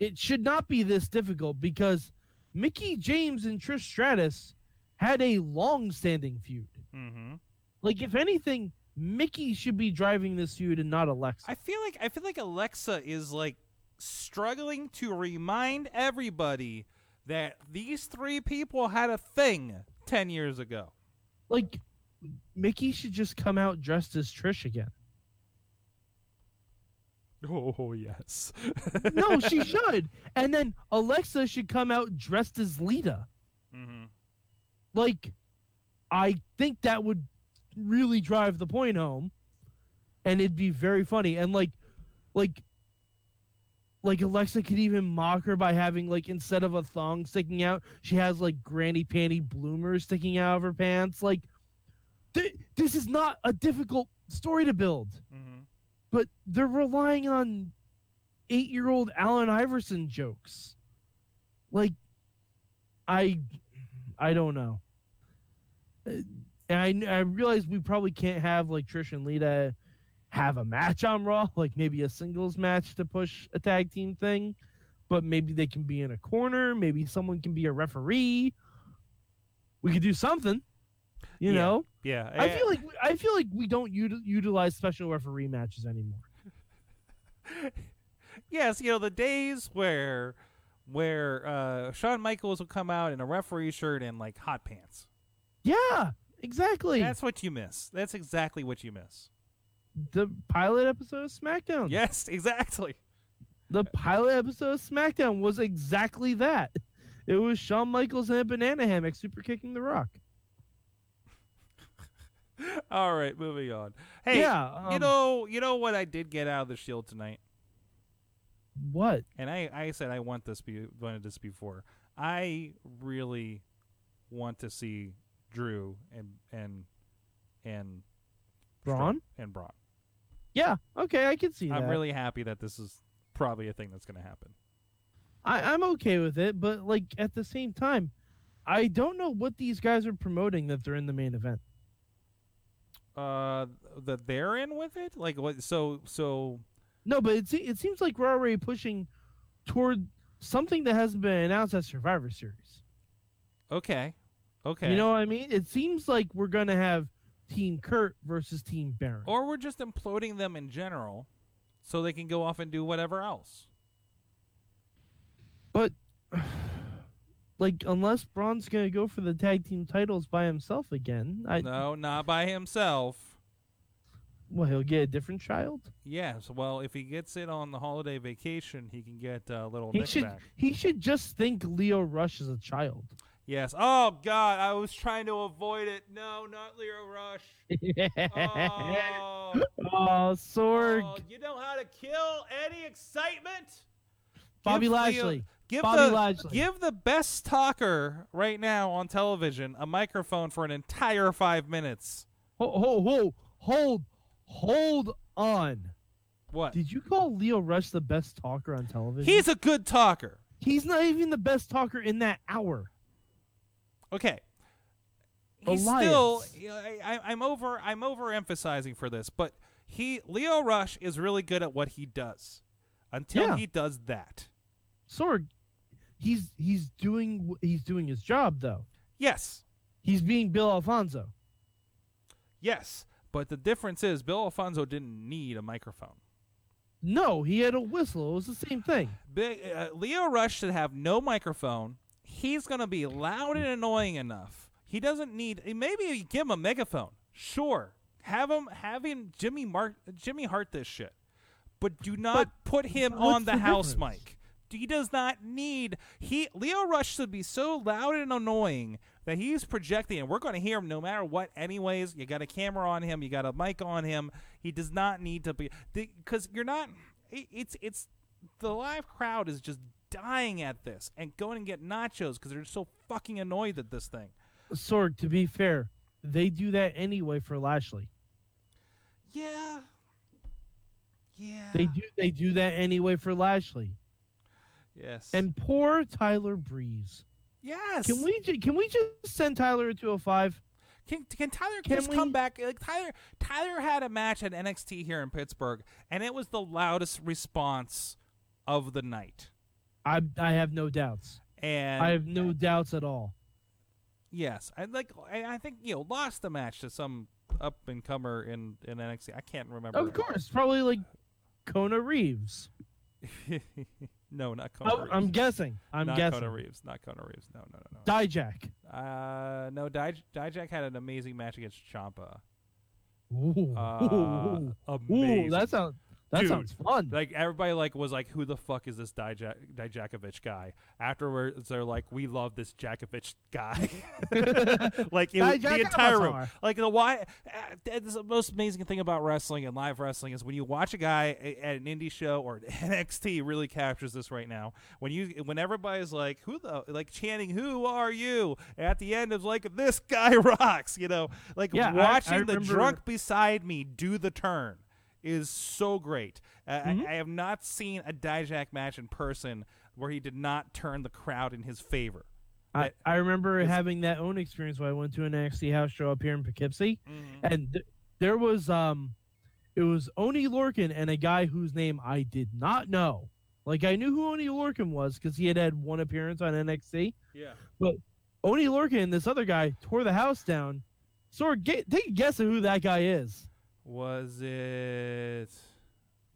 [SPEAKER 4] it should not be this difficult because Mickey James and Trish Stratus had a long-standing feud.
[SPEAKER 2] Mm-hmm.
[SPEAKER 4] Like, if anything, Mickey should be driving this feud and not Alexa.
[SPEAKER 2] I feel like I feel like Alexa is like struggling to remind everybody that these three people had a thing ten years ago.
[SPEAKER 4] like, Mickey should just come out dressed as Trish again.
[SPEAKER 2] Oh yes.
[SPEAKER 4] No, she should. And then Alexa should come out dressed as Lita.
[SPEAKER 2] mm-hmm.
[SPEAKER 4] Like, I think that would really drive the point home, and it'd be very funny. And like, like, like Alexa could even mock her by having like instead of a thong sticking out, she has like granny panty bloomers sticking out of her pants. Like, th- this is not a difficult story to build,
[SPEAKER 2] Mm-hmm.
[SPEAKER 4] but they're relying on eight-year-old Allen Iverson jokes. Like, I, I don't know. Uh, And I, I realize we probably can't have like Trish and Lita have a match on Raw, like maybe a singles match to push a tag team thing, but maybe they can be in a corner. Maybe someone can be a referee. We could do something, you
[SPEAKER 2] Yeah.
[SPEAKER 4] know.
[SPEAKER 2] Yeah. eh,
[SPEAKER 4] I feel like I feel like we don't util- utilize special referee matches anymore.
[SPEAKER 2] yes, you know the days where where uh, Shawn Michaels will come out in a referee shirt and like hot pants.
[SPEAKER 4] Yeah, exactly.
[SPEAKER 2] That's what you miss. That's exactly what you miss.
[SPEAKER 4] the pilot episode of SmackDown.
[SPEAKER 2] Yes, exactly.
[SPEAKER 4] The pilot episode of SmackDown was exactly that. It was Shawn Michaels in a banana hammock super kicking the rock.
[SPEAKER 2] All right, moving on. Hey,
[SPEAKER 4] yeah,
[SPEAKER 2] you
[SPEAKER 4] um,
[SPEAKER 2] know, you know what I did get out of the Shield tonight,
[SPEAKER 4] what?
[SPEAKER 2] and I, I said I want this, be, wanted this before. I really want to see Drew and and and Strom-
[SPEAKER 4] Braun?
[SPEAKER 2] and Braun.
[SPEAKER 4] Yeah, okay, I can see that.
[SPEAKER 2] I'm really happy that this is probably a thing that's going to happen.
[SPEAKER 4] I, I'm okay with it, but like at the same time, I don't know what these guys are promoting that they're in the main event.
[SPEAKER 2] Uh, that they're in with it, like what? So so
[SPEAKER 4] No, but it, se- it seems like we're already pushing toward something that hasn't been announced as Survivor Series.
[SPEAKER 2] okay, okay.
[SPEAKER 4] You know what I mean? It seems like we're gonna have Team Kurt versus Team Baron.
[SPEAKER 2] or we're just imploding them in general, so they can go off and do whatever else.
[SPEAKER 4] like, unless Braun's gonna go for the tag team titles by himself again, I
[SPEAKER 2] no, not by himself.
[SPEAKER 4] well he'll get a different child.
[SPEAKER 2] Yes. Well, if he gets it on the holiday vacation, he can get uh, little
[SPEAKER 4] he
[SPEAKER 2] Nick
[SPEAKER 4] should
[SPEAKER 2] back.
[SPEAKER 4] he should just think Leo Rush is a child.
[SPEAKER 2] Yes. Oh God, I was trying to avoid it. No, not Leo Rush. Oh,
[SPEAKER 4] oh, Sorg,
[SPEAKER 2] oh, you know how to kill any excitement.
[SPEAKER 4] Bobby
[SPEAKER 2] Give Leo-
[SPEAKER 4] Lashley.
[SPEAKER 2] Give
[SPEAKER 4] Bobby
[SPEAKER 2] the
[SPEAKER 4] Lashley.
[SPEAKER 2] give the best talker right now on television a microphone for an entire five minutes.
[SPEAKER 4] Ho, ho, ho, hold, hold on.
[SPEAKER 2] What?
[SPEAKER 4] Did you call Leo Rush the best talker on television?
[SPEAKER 2] He's a good talker.
[SPEAKER 4] he's not even the best talker in that hour.
[SPEAKER 2] Okay. He's still.
[SPEAKER 4] Elias.
[SPEAKER 2] I, I, I'm over. I'm overemphasizing for this, but he Leo Rush is really good at what he does. Until
[SPEAKER 4] Yeah.
[SPEAKER 2] he does that,
[SPEAKER 4] Sorg, he's he's doing wh- he's doing his job though.
[SPEAKER 2] yes,
[SPEAKER 4] He's being Bill Alfonso.
[SPEAKER 2] yes. But the difference is Bill Alfonso didn't need a microphone.
[SPEAKER 4] No, he had a whistle. It was the same thing.
[SPEAKER 2] Big, uh, Leo Rush should have no microphone. He's going to be loud and annoying enough. He doesn't need. eh, Maybe you give him a megaphone. Sure, have him have him Jimmy Mark Jimmy Hart this shit, but do not put him
[SPEAKER 4] what's
[SPEAKER 2] on the,
[SPEAKER 4] the
[SPEAKER 2] house
[SPEAKER 4] difference?
[SPEAKER 2] mic. He does not need he Leo Rush should be so loud and annoying that he's projecting, and we're going to hear him no matter what. Anyways, you got a camera on him, you got a mic on him. He does not need to be because you're not. It, it's it's the live crowd is just dying at this and going and get nachos because they're so fucking annoyed at this thing.
[SPEAKER 4] Sorg, to be fair, they do that anyway for Lashley.
[SPEAKER 2] Yeah, yeah.
[SPEAKER 4] They do they do that anyway for Lashley.
[SPEAKER 2] yes
[SPEAKER 4] And poor Tyler Breeze.
[SPEAKER 2] yes.
[SPEAKER 4] Can we ju- can we just send Tyler to 205?
[SPEAKER 2] Can, can Tyler
[SPEAKER 4] Can
[SPEAKER 2] just come
[SPEAKER 4] we-
[SPEAKER 2] back? Like Tyler, Tyler had a match at NXT here in Pittsburgh, and it was the loudest response of the night.
[SPEAKER 4] I I have no doubts.
[SPEAKER 2] And
[SPEAKER 4] I have no doubts at all.
[SPEAKER 2] yes, I like. I, I think you know lost the match to some up and comer in in NXT. I can't remember.
[SPEAKER 4] Of course, probably like Kona Reeves.
[SPEAKER 2] no, not Kona.
[SPEAKER 4] I,
[SPEAKER 2] Reeves.
[SPEAKER 4] Oh, I'm guessing. I'm
[SPEAKER 2] not
[SPEAKER 4] guessing.
[SPEAKER 2] Kona Reeves. Not Kona Reeves. No, no, no, no.
[SPEAKER 4] Dijak.
[SPEAKER 2] uh, no. Dij- Dijak had an amazing match against Champa.
[SPEAKER 4] Ooh.
[SPEAKER 2] Uh,
[SPEAKER 4] Ooh.
[SPEAKER 2] amazing.
[SPEAKER 4] Ooh, that sounds that
[SPEAKER 2] Dude.
[SPEAKER 4] sounds fun.
[SPEAKER 2] like everybody like was like who the fuck is this Dijak- Dijakovic guy afterwards they're like we love this Jakovic guy like it was the
[SPEAKER 4] Dijak
[SPEAKER 2] entire room
[SPEAKER 4] Avatar.
[SPEAKER 2] like the why uh, that's the most amazing thing about wrestling and live wrestling is when you watch a guy a- at an indie show or an NXT really captures this right now when you when everybody's like who the like chanting who are you at the end is like this guy rocks you know like
[SPEAKER 4] Yeah, I- I
[SPEAKER 2] watching the
[SPEAKER 4] remember-
[SPEAKER 2] drunk beside me do the turn is so great. Uh,
[SPEAKER 4] Mm-hmm.
[SPEAKER 2] I, I have not seen a Dijak match in person where he did not turn the crowd in his favor.
[SPEAKER 4] I, I remember having that own experience when I went to an NXT house show up here in Poughkeepsie, and th- there was um, it was Oni Lorkin and a guy whose name I did not know. Like I knew who Oni Lorkin was because he had had one appearance on NXT,
[SPEAKER 2] Yeah.
[SPEAKER 4] Oni Lorcan and this other guy tore the house down. So get, take a guess at who that guy is.
[SPEAKER 2] Was it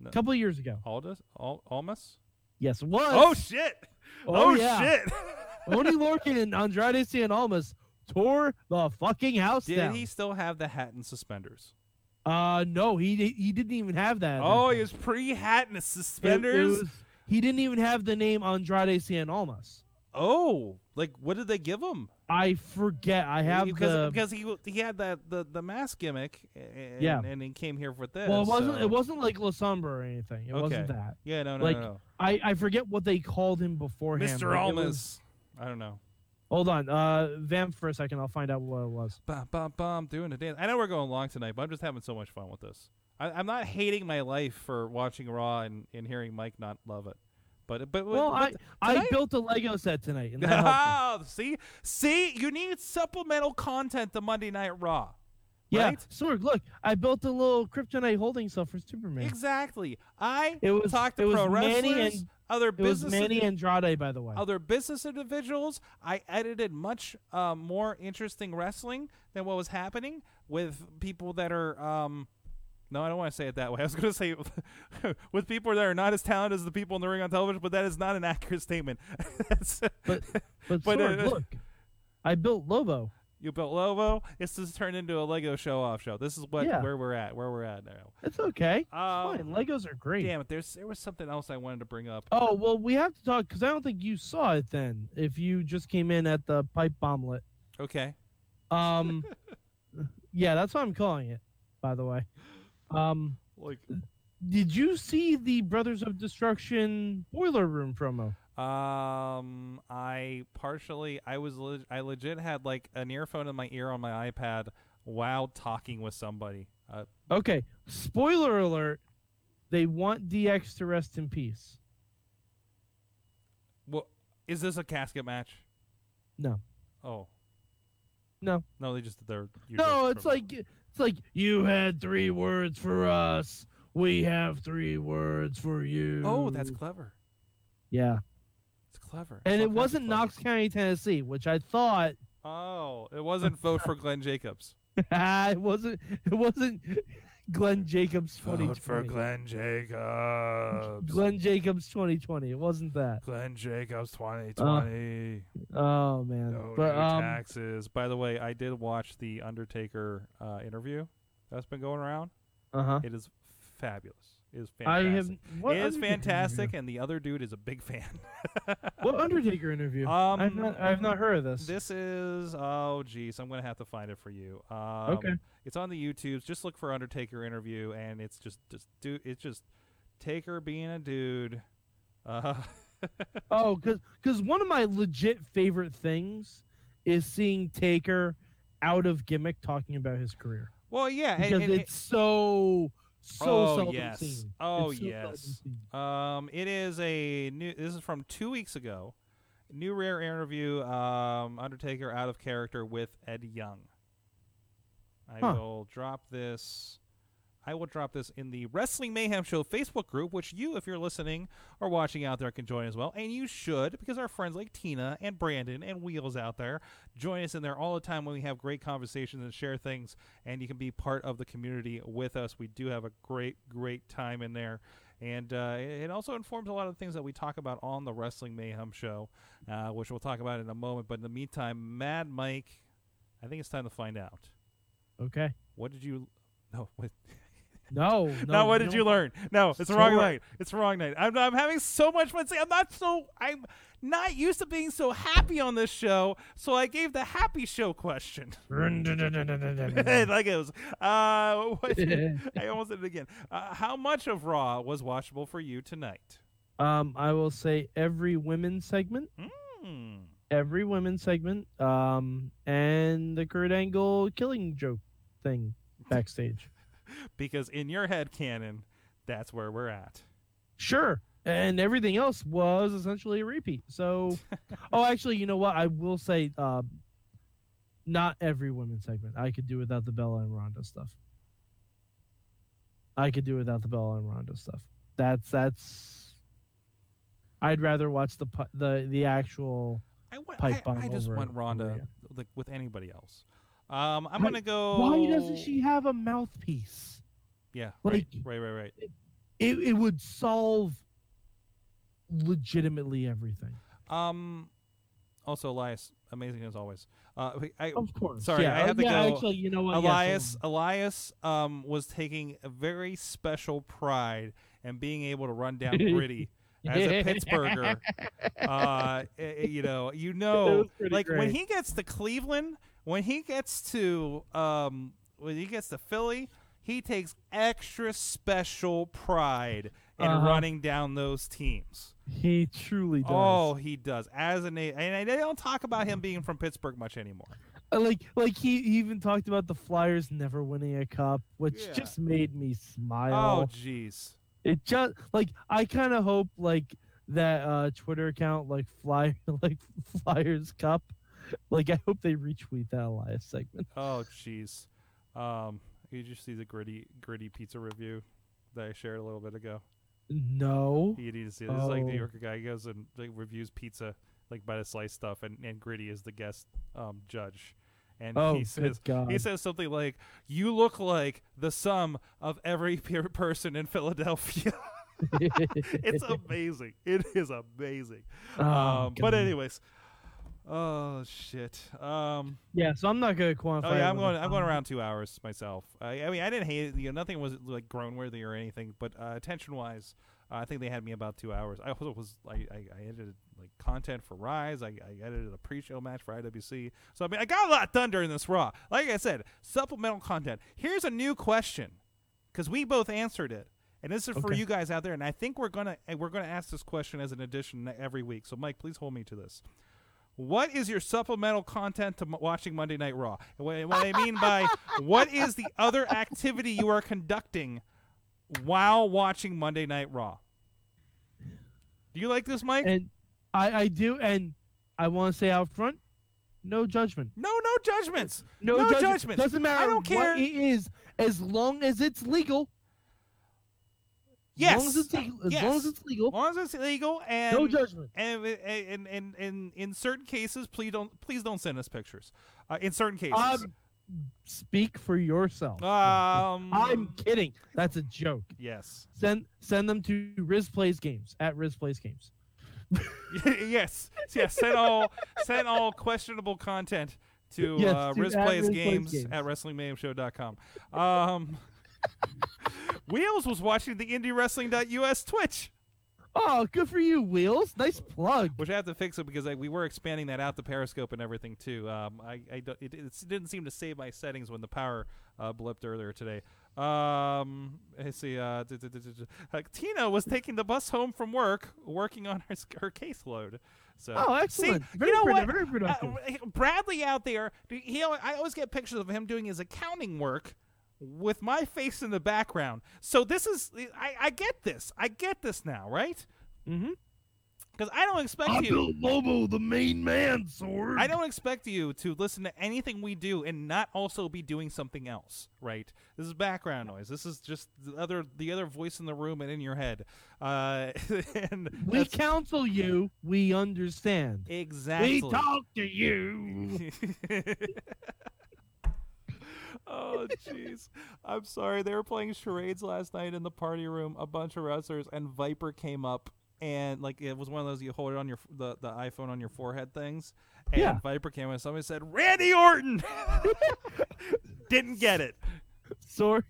[SPEAKER 4] A couple of years ago.
[SPEAKER 2] Aldous? Al- Almas?
[SPEAKER 4] Yes, it was.
[SPEAKER 2] Oh shit!
[SPEAKER 4] Oh, yeah.
[SPEAKER 2] shit!
[SPEAKER 4] Oni Lorcan and Andrade Cien Almas tore the fucking house
[SPEAKER 2] Did
[SPEAKER 4] down.
[SPEAKER 2] he still have the hat and suspenders?
[SPEAKER 4] Uh, no, he he didn't even have that. at that
[SPEAKER 2] Oh,
[SPEAKER 4] point.
[SPEAKER 2] he was pre-hat and
[SPEAKER 4] It- it
[SPEAKER 2] suspenders.
[SPEAKER 4] was- he didn't even have the name Andrade Cien Almas.
[SPEAKER 2] Oh, like what did they give him?
[SPEAKER 4] I forget. I have
[SPEAKER 2] because
[SPEAKER 4] the
[SPEAKER 2] because he he had that the the mask gimmick. And,
[SPEAKER 4] Yeah.
[SPEAKER 2] and he came here with this.
[SPEAKER 4] well, it wasn't
[SPEAKER 2] so-
[SPEAKER 4] it wasn't like La Sombra or anything. It wasn't
[SPEAKER 2] Okay.
[SPEAKER 4] that.
[SPEAKER 2] Yeah, no, no,
[SPEAKER 4] like,
[SPEAKER 2] no.
[SPEAKER 4] I I forget what they called him
[SPEAKER 2] no.
[SPEAKER 4] beforehand.
[SPEAKER 2] Mr.
[SPEAKER 4] but it
[SPEAKER 2] Almas.
[SPEAKER 4] was-
[SPEAKER 2] I don't know.
[SPEAKER 4] Hold on, uh, vamp for a second. I'll find out what it was.
[SPEAKER 2] Bum bum bum, doing a dance. I know we're going long tonight, but I'm just having so much fun with this. I, I'm not hating my life for watching Raw and, and hearing Mike not love it, but but
[SPEAKER 4] Well, I
[SPEAKER 2] but,
[SPEAKER 4] I
[SPEAKER 2] tonight-
[SPEAKER 4] built a Lego set tonight, and that helped. me.
[SPEAKER 2] Oh, see, see, you need supplemental content to Monday Night Raw.
[SPEAKER 4] Yeah,
[SPEAKER 2] Right?
[SPEAKER 4] Sorg, look, I built a little kryptonite holding cell for Superman.
[SPEAKER 2] Exactly. I
[SPEAKER 4] It was-
[SPEAKER 2] talked to
[SPEAKER 4] it was
[SPEAKER 2] pro
[SPEAKER 4] Manny
[SPEAKER 2] wrestlers,
[SPEAKER 4] and-
[SPEAKER 2] other
[SPEAKER 4] It was
[SPEAKER 2] business
[SPEAKER 4] Manny Andrade, by the way.
[SPEAKER 2] other business individuals. I edited much uh, more interesting wrestling than what was happening with people that are. Um, no, I don't want to say it that way. I was going to say with people that are not as talented as the people in the ring on television, but that is not an accurate statement. That's-
[SPEAKER 4] But- But,
[SPEAKER 2] but,
[SPEAKER 4] Sorg,
[SPEAKER 2] uh,
[SPEAKER 4] look, I built Lobo.
[SPEAKER 2] you built Lobo. This has turned into a Lego show off show. This is what
[SPEAKER 4] Yeah.
[SPEAKER 2] where we're at. Where we're at now.
[SPEAKER 4] It's okay.
[SPEAKER 2] Um,
[SPEAKER 4] Fine, Legos are great.
[SPEAKER 2] Damn it! There's there was something else I wanted to bring up.
[SPEAKER 4] Oh well, we have to talk because I don't think you saw it then. If you just came in at the pipe bomblet,
[SPEAKER 2] Okay.
[SPEAKER 4] um, yeah, that's what I'm calling it. By the way, um,
[SPEAKER 2] Like
[SPEAKER 4] did you see the Brothers of Destruction boiler room promo?
[SPEAKER 2] Um, I partially, I was, leg- I legit had like an earphone in my ear on my iPad while talking with somebody. Uh,
[SPEAKER 4] Okay, spoiler alert: they want DX to rest in peace.
[SPEAKER 2] well, is this a casket match?
[SPEAKER 4] No.
[SPEAKER 2] Oh.
[SPEAKER 4] No.
[SPEAKER 2] No, they just did their. usual
[SPEAKER 4] No, it's
[SPEAKER 2] promo.
[SPEAKER 4] like it's like you had three words for us. We have three words for you.
[SPEAKER 2] Oh, that's clever.
[SPEAKER 4] yeah.
[SPEAKER 2] It's clever.
[SPEAKER 4] And
[SPEAKER 2] It's all kinds
[SPEAKER 4] it
[SPEAKER 2] of
[SPEAKER 4] wasn't
[SPEAKER 2] clever.
[SPEAKER 4] Knox County, Tennessee, which I thought
[SPEAKER 2] Oh, it wasn't vote for Glenn Jacobs.
[SPEAKER 4] it wasn't. It wasn't Glenn Jacobs twenty twenty.
[SPEAKER 2] Glenn Jacobs.
[SPEAKER 4] Glenn Uh, Jacobs twenty twenty. It wasn't that.
[SPEAKER 2] Glenn Jacobs
[SPEAKER 4] 2020. Oh man. but um,
[SPEAKER 2] taxes. By the way, I did watch the Undertaker uh, interview that's been going around.
[SPEAKER 4] uh huh.
[SPEAKER 2] It is fabulous. It is
[SPEAKER 4] I have.
[SPEAKER 2] fantastic.
[SPEAKER 4] What
[SPEAKER 2] it is
[SPEAKER 4] Undertaker
[SPEAKER 2] fantastic, and the other dude is a big fan.
[SPEAKER 4] interview? What Undertaker interview?
[SPEAKER 2] Um,
[SPEAKER 4] I've not. I've not heard of this.
[SPEAKER 2] this is oh geez, I'm gonna have to find it for you. Um,
[SPEAKER 4] Okay.
[SPEAKER 2] It's on the YouTubes. Just look for Undertaker interview, and it's just just do it's just Taker being a dude. Uh,
[SPEAKER 4] Oh, because one of my legit favorite things is seeing Taker out of gimmick talking about his career
[SPEAKER 2] well, yeah, and-
[SPEAKER 4] because
[SPEAKER 2] and it-
[SPEAKER 4] it's so so
[SPEAKER 2] Oh,
[SPEAKER 4] seldom
[SPEAKER 2] yes.
[SPEAKER 4] seen.
[SPEAKER 2] Oh,
[SPEAKER 4] It's so seldom
[SPEAKER 2] yes.
[SPEAKER 4] seen.
[SPEAKER 2] Um, it is a new. This is from two weeks ago. New rare interview. Um, Undertaker out of character with Ed Young. I
[SPEAKER 4] Huh.
[SPEAKER 2] will drop this. I will drop this in the Wrestling Mayhem Show Facebook group, which you, if you're listening or watching out there, can join as well. And you should, because our friends like Tina and Brandon and Wheels out there join us in there all the time when we have great conversations and share things. And you can be part of the community with us. We do have a great, great time in there and uh, it it also informs a lot of the things that we talk about on the Wrestling Mayhem show, uh, which we'll talk about in a moment. But in the meantime, Mad Mike, I think it's time to find out
[SPEAKER 4] Okay.
[SPEAKER 2] what did you. No, wait.
[SPEAKER 4] No. No.
[SPEAKER 2] not what did
[SPEAKER 4] no.
[SPEAKER 2] you learn? No, it's the
[SPEAKER 4] Sure.
[SPEAKER 2] wrong night. It's the wrong night. I'm, I'm having so much fun. See, I'm not so. I'm not used to being so happy on this show, so I gave the happy show question. like it was. Uh, what- I almost did it again. Uh, how much of Raw was watchable for you tonight?
[SPEAKER 4] um, I will say every women's segment,
[SPEAKER 2] Hmm.
[SPEAKER 4] every women's segment, um, and the Kurt Angle killing joke thing backstage.
[SPEAKER 2] because in your head canon, that's where we're at.
[SPEAKER 4] Sure. And everything else was essentially a repeat. So, oh, actually, you know what? I will say, uh, not every women's segment. I could do without the Bella and Ronda stuff. I could do without the Bella and Ronda stuff. That's that's. I'd rather watch the pu- the the actual.
[SPEAKER 2] I want,
[SPEAKER 4] Pipe
[SPEAKER 2] I,
[SPEAKER 4] bomb
[SPEAKER 2] I just
[SPEAKER 4] over
[SPEAKER 2] want
[SPEAKER 4] and over
[SPEAKER 2] Rhonda
[SPEAKER 4] again.
[SPEAKER 2] like with anybody else. Um, I'm
[SPEAKER 4] Right.
[SPEAKER 2] gonna go.
[SPEAKER 4] Why doesn't she have a mouthpiece?
[SPEAKER 2] Yeah, right,
[SPEAKER 4] like-
[SPEAKER 2] right, right, right.
[SPEAKER 4] It it would solve legitimately everything.
[SPEAKER 2] Um, also Elias, amazing as always. Uh, wait, I,
[SPEAKER 4] Of course.
[SPEAKER 2] Sorry,
[SPEAKER 4] yeah.
[SPEAKER 2] I have to
[SPEAKER 4] Oh, yeah,
[SPEAKER 2] go.
[SPEAKER 4] Actually, you know what? Yes,
[SPEAKER 2] Elias, Elias, um, was taking a very special pride in being able to run down gritty as a Pittsburgher. uh, i- i- you know, you know,
[SPEAKER 4] was pretty
[SPEAKER 2] like when
[SPEAKER 4] great.
[SPEAKER 2] he gets to Cleveland, when he gets to um, when he gets to Philly, he takes extra special pride in
[SPEAKER 4] Uh-huh.
[SPEAKER 2] running down those teams.
[SPEAKER 4] He truly does.
[SPEAKER 2] Oh, he does. As an a- and they don't talk about him being from Pittsburgh much anymore.
[SPEAKER 4] Uh, like like he he even talked about the Flyers never winning a cup, which
[SPEAKER 2] Yeah.
[SPEAKER 4] just made me
[SPEAKER 2] Oh,
[SPEAKER 4] smile.
[SPEAKER 2] jeez.
[SPEAKER 4] It just like I kind of hope like that uh Twitter account like Fly like Flyers Cup. Like I hope they retweet that Elias segment.
[SPEAKER 2] Oh, jeez. Um, you just see the gritty, gritty pizza review that I shared a little bit ago.
[SPEAKER 4] No.
[SPEAKER 2] You need to see this. This is like New
[SPEAKER 4] Oh.
[SPEAKER 2] Yorker guy. He goes and like, reviews pizza like by the slice stuff, and, and Gritty is the guest um, judge, and
[SPEAKER 4] Oh,
[SPEAKER 2] he
[SPEAKER 4] good
[SPEAKER 2] says
[SPEAKER 4] God.
[SPEAKER 2] he says something like, "You look like the sum of every pe- person in Philadelphia." it's amazing. It is amazing.
[SPEAKER 4] Oh,
[SPEAKER 2] um, but
[SPEAKER 4] God.
[SPEAKER 2] anyways, oh shit. Um,
[SPEAKER 4] Yeah, so I'm not gonna quantify.
[SPEAKER 2] Oh yeah,
[SPEAKER 4] it
[SPEAKER 2] I'm
[SPEAKER 4] with
[SPEAKER 2] going.
[SPEAKER 4] a
[SPEAKER 2] I'm going
[SPEAKER 4] time.
[SPEAKER 2] around two hours myself. I, I mean, I didn't hate it. You know, nothing was like grown worthy or anything. But uh, attention wise, uh, I think they had me about two hours. I also was I, I, I edited like content for Rise. I, I edited a pre-show match for IWC. So I mean, I got a lot done during this Raw. Like I said, supplemental content. Here's a new question, because we both answered it, and this is for
[SPEAKER 4] Okay.
[SPEAKER 2] you guys out there. And I think we're gonna and we're gonna ask this question as an addition every week. So Mike, please hold me to this. What is your supplemental content to m- watching Monday Night Raw? And What, what I mean by what is the other activity you are conducting while watching Monday Night Raw? Do you like this, Mike?
[SPEAKER 4] And I I do, and I want to say out front, no judgment.
[SPEAKER 2] no, no judgments.
[SPEAKER 4] No,
[SPEAKER 2] No
[SPEAKER 4] judgment.
[SPEAKER 2] judgments.
[SPEAKER 4] Doesn't matter.
[SPEAKER 2] I don't care.
[SPEAKER 4] What it is as long as it's legal.
[SPEAKER 2] Yes.
[SPEAKER 4] As long as it's legal. As
[SPEAKER 2] yes.
[SPEAKER 4] long as it's
[SPEAKER 2] As
[SPEAKER 4] legal.
[SPEAKER 2] long as it's legal and
[SPEAKER 4] No judgment.
[SPEAKER 2] and and and, and in certain cases, please don't please don't send us pictures. Uh, in certain cases,
[SPEAKER 4] Um, speak for yourself.
[SPEAKER 2] um,
[SPEAKER 4] I'm kidding. That's a joke.
[SPEAKER 2] yes,
[SPEAKER 4] Send send them to Riz Plays Games at Riz Plays Games.
[SPEAKER 2] yes, yes. Send all send all questionable content to
[SPEAKER 4] Yes,
[SPEAKER 2] uh,
[SPEAKER 4] to
[SPEAKER 2] Riz
[SPEAKER 4] at
[SPEAKER 2] Plays
[SPEAKER 4] Riz Plays
[SPEAKER 2] Games
[SPEAKER 4] Games.
[SPEAKER 2] at WrestlingMayhemShow.com. Um, Wheels was watching the IndieWrestling.us Twitch,
[SPEAKER 4] Oh, good for you, Wheels. Nice plug.
[SPEAKER 2] which I have to fix it because like, we were expanding that out to Periscope and everything too. Um, I, I don't- it, it didn't seem to save my settings when the power uh, blipped earlier today. Um, let's see. Uh, d- d- d- d- d- uh, Tina was taking the bus home from work, working on her s- her caseload. So
[SPEAKER 4] Oh,
[SPEAKER 2] See,
[SPEAKER 4] excellent. Very
[SPEAKER 2] you know
[SPEAKER 4] produ-
[SPEAKER 2] what?
[SPEAKER 4] very productive.
[SPEAKER 2] Uh, Bradley out there, do- he, al- I always get pictures of him doing his accounting work with my face in the background. So this is, I, I get this. I get this now, right?
[SPEAKER 4] Mm-hmm.
[SPEAKER 2] Because I don't expect you,
[SPEAKER 4] Lobo, the main man, sword.
[SPEAKER 2] I don't expect you to listen to anything we do and not also be doing something else, right? This is background noise. This is just the other, the other voice in the room and in your head. Uh, and
[SPEAKER 4] We
[SPEAKER 2] that's-
[SPEAKER 4] counsel you. We understand.
[SPEAKER 2] exactly.
[SPEAKER 4] to you.
[SPEAKER 2] oh jeez i'm sorry they were playing charades last night in the party room a bunch of wrestlers and viper came up and like it was one of those you hold it on your the, the iphone on your forehead things and
[SPEAKER 4] Yeah.
[SPEAKER 2] viper came up and somebody said randy orton didn't get it
[SPEAKER 4] Sorg,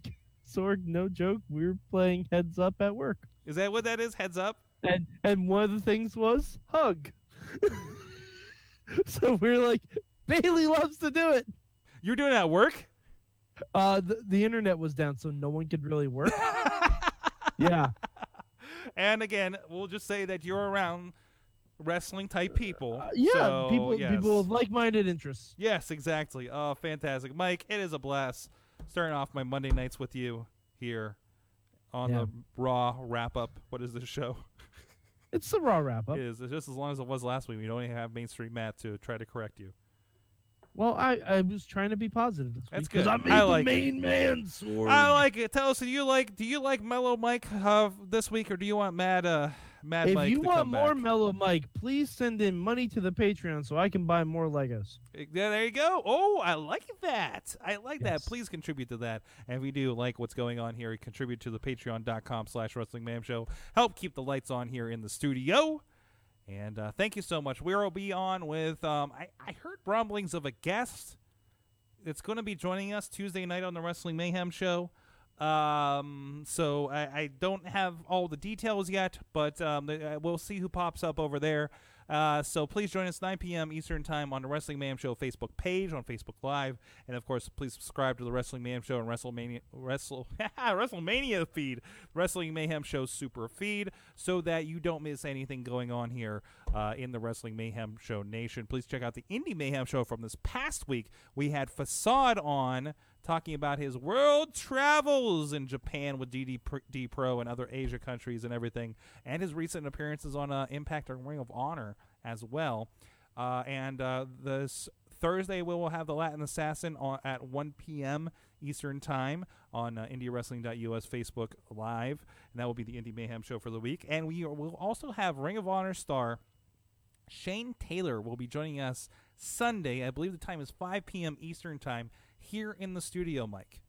[SPEAKER 4] Sorg, no joke. We were playing heads up at work,
[SPEAKER 2] is that what that is heads up
[SPEAKER 4] and and one of the things was hug. so we're like, Bailey loves to do it.
[SPEAKER 2] you're doing it at work
[SPEAKER 4] Uh, the, the internet was down, so no one could really work. yeah,
[SPEAKER 2] and again we'll just say that you're around wrestling type people
[SPEAKER 4] Uh, yeah.
[SPEAKER 2] So,
[SPEAKER 4] people,
[SPEAKER 2] yes.
[SPEAKER 4] people with like-minded interests.
[SPEAKER 2] Yes, exactly. Oh, fantastic. Mike, it is a blast starting off my Monday nights with you here on
[SPEAKER 4] Yeah.
[SPEAKER 2] the Raw wrap up. What is this show?
[SPEAKER 4] It's the raw wrap up.
[SPEAKER 2] It is it's just as long as it was last week. We don't even have Main Street Matt to try to correct you.
[SPEAKER 4] Well, I, I was trying to be positive. This
[SPEAKER 2] That's
[SPEAKER 4] week 'cause
[SPEAKER 2] good.
[SPEAKER 4] I'm
[SPEAKER 2] I like it.
[SPEAKER 4] main man, sword.
[SPEAKER 2] I like it. Tell us, do you like do you like Mellow Mike uh, this week, or do you want Mad uh, Mad
[SPEAKER 4] if
[SPEAKER 2] Mike
[SPEAKER 4] you
[SPEAKER 2] to
[SPEAKER 4] want
[SPEAKER 2] come
[SPEAKER 4] more
[SPEAKER 2] back?
[SPEAKER 4] Mellow Mike, please send in money to the Patreon so I can buy more Legos.
[SPEAKER 2] Eh, Yeah, there you go. Oh, I like that. I like that.
[SPEAKER 4] Yes.
[SPEAKER 2] Please contribute to that. And if you do like what's going on here, contribute to the patreon.com slash wrestling ma'am show. Help keep the lights on here in the studio. And uh, thank you so much. We'll be on with, um, I, I heard rumblings of a guest that's going to be joining us Tuesday night on the Wrestling Mayhem show. Um, so I, I don't have all the details yet, but um, th- uh, we'll see who pops up over there. Uh, so please join us 9 p.m. Eastern Time on the Wrestling Mayhem Show Facebook page on Facebook Live, and of course, please subscribe to the Wrestling Mayhem Show and WrestleMania Wrestle WrestleMania feed, Wrestling Mayhem Show super feed, so that you don't miss anything going on here uh, in the Wrestling Mayhem Show Nation. Please check out the Indie Mayhem Show from this past week. We had Facade on talking about his world travels in Japan with DDP Pro and other Asia countries and everything, and his recent appearances on uh, Impact and Ring of Honor as well. Uh, and uh, this Thursday, we will have the Latin Assassin on, at 1 p.m. Eastern Time on uh, IndieWrestling.us Facebook Live, and that will be the Indie Mayhem show for the week. And we will also have Ring of Honor star. Shane Taylor will be joining us Sunday. I believe the time is 5 p.m. Eastern Time here in the studio, Mike.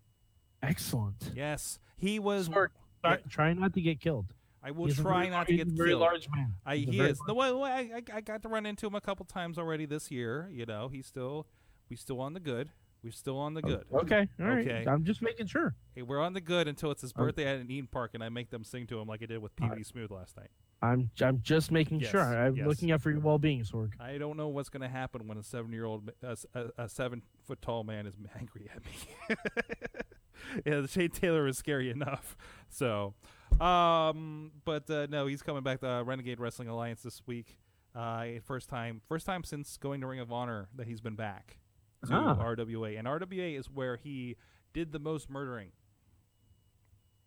[SPEAKER 4] Excellent.
[SPEAKER 2] Yes, he was.
[SPEAKER 4] Sorry, Try, try not to get killed.
[SPEAKER 2] I will
[SPEAKER 4] He's a
[SPEAKER 2] try
[SPEAKER 4] very-
[SPEAKER 2] not to
[SPEAKER 4] he's
[SPEAKER 2] get
[SPEAKER 4] a very
[SPEAKER 2] killed.
[SPEAKER 4] large man.
[SPEAKER 2] I,
[SPEAKER 4] He's a
[SPEAKER 2] he
[SPEAKER 4] very
[SPEAKER 2] is.
[SPEAKER 4] large-
[SPEAKER 2] The way, way I, I- I got to run into him a couple times already this year. You know, he's still, we still on the good. We're still on the good.
[SPEAKER 4] Oh, Okay. All right.
[SPEAKER 2] Okay.
[SPEAKER 4] I'm just making sure.
[SPEAKER 2] Hey, we're on the good until it's his
[SPEAKER 4] Um,
[SPEAKER 2] birthday at an Eden Park, and I make them sing to him like I did with PB Smooth last night.
[SPEAKER 4] I'm I'm just making
[SPEAKER 2] Yes,
[SPEAKER 4] sure. I'm
[SPEAKER 2] yes.
[SPEAKER 4] looking out for your well-being, Sorg.
[SPEAKER 2] I don't know what's going to happen when a seven-year-old, a, a, a seven-foot-tall man is angry at me. yeah, Shane Taylor is scary enough. So, um, but uh, no, he's coming back to Renegade Wrestling Alliance this week. Uh, first time, first time since going to Ring of Honor that he's been back to
[SPEAKER 4] Ah.
[SPEAKER 2] RWA, and RWA is where he did the most murdering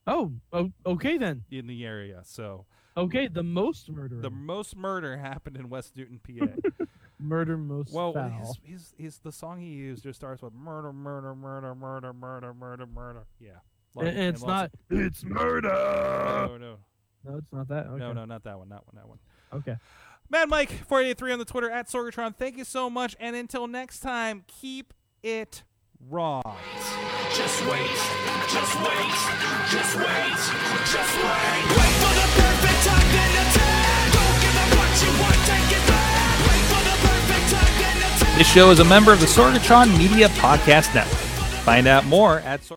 [SPEAKER 4] Oh, oh, okay then.
[SPEAKER 2] in the area. So,
[SPEAKER 4] Okay, the most murder.
[SPEAKER 2] the most murder happened in West Newton, PA.
[SPEAKER 4] murder most
[SPEAKER 2] Well,
[SPEAKER 4] foul.
[SPEAKER 2] his, his, his the song he used just starts with murder, murder, murder, murder, murder, murder, murder. Yeah,
[SPEAKER 4] And- and it's
[SPEAKER 2] Lawson-
[SPEAKER 4] not. It's murder.
[SPEAKER 2] No, no,
[SPEAKER 4] No, it's not that. Okay.
[SPEAKER 2] no, no, not that one. Not one. That one.
[SPEAKER 4] Okay.
[SPEAKER 2] Mad Mike four eighty three on the Twitter at Sorgatron. Thank you so much, and until next time, keep it raw.
[SPEAKER 3] Just wait, just wait, just wait, just wait. Wait for the perfect time then attack. Don't give up what you want, take it back. Wait for the perfect time then attack.
[SPEAKER 2] This show is a member of the Sorgatron Media Podcast Network. Find out more at.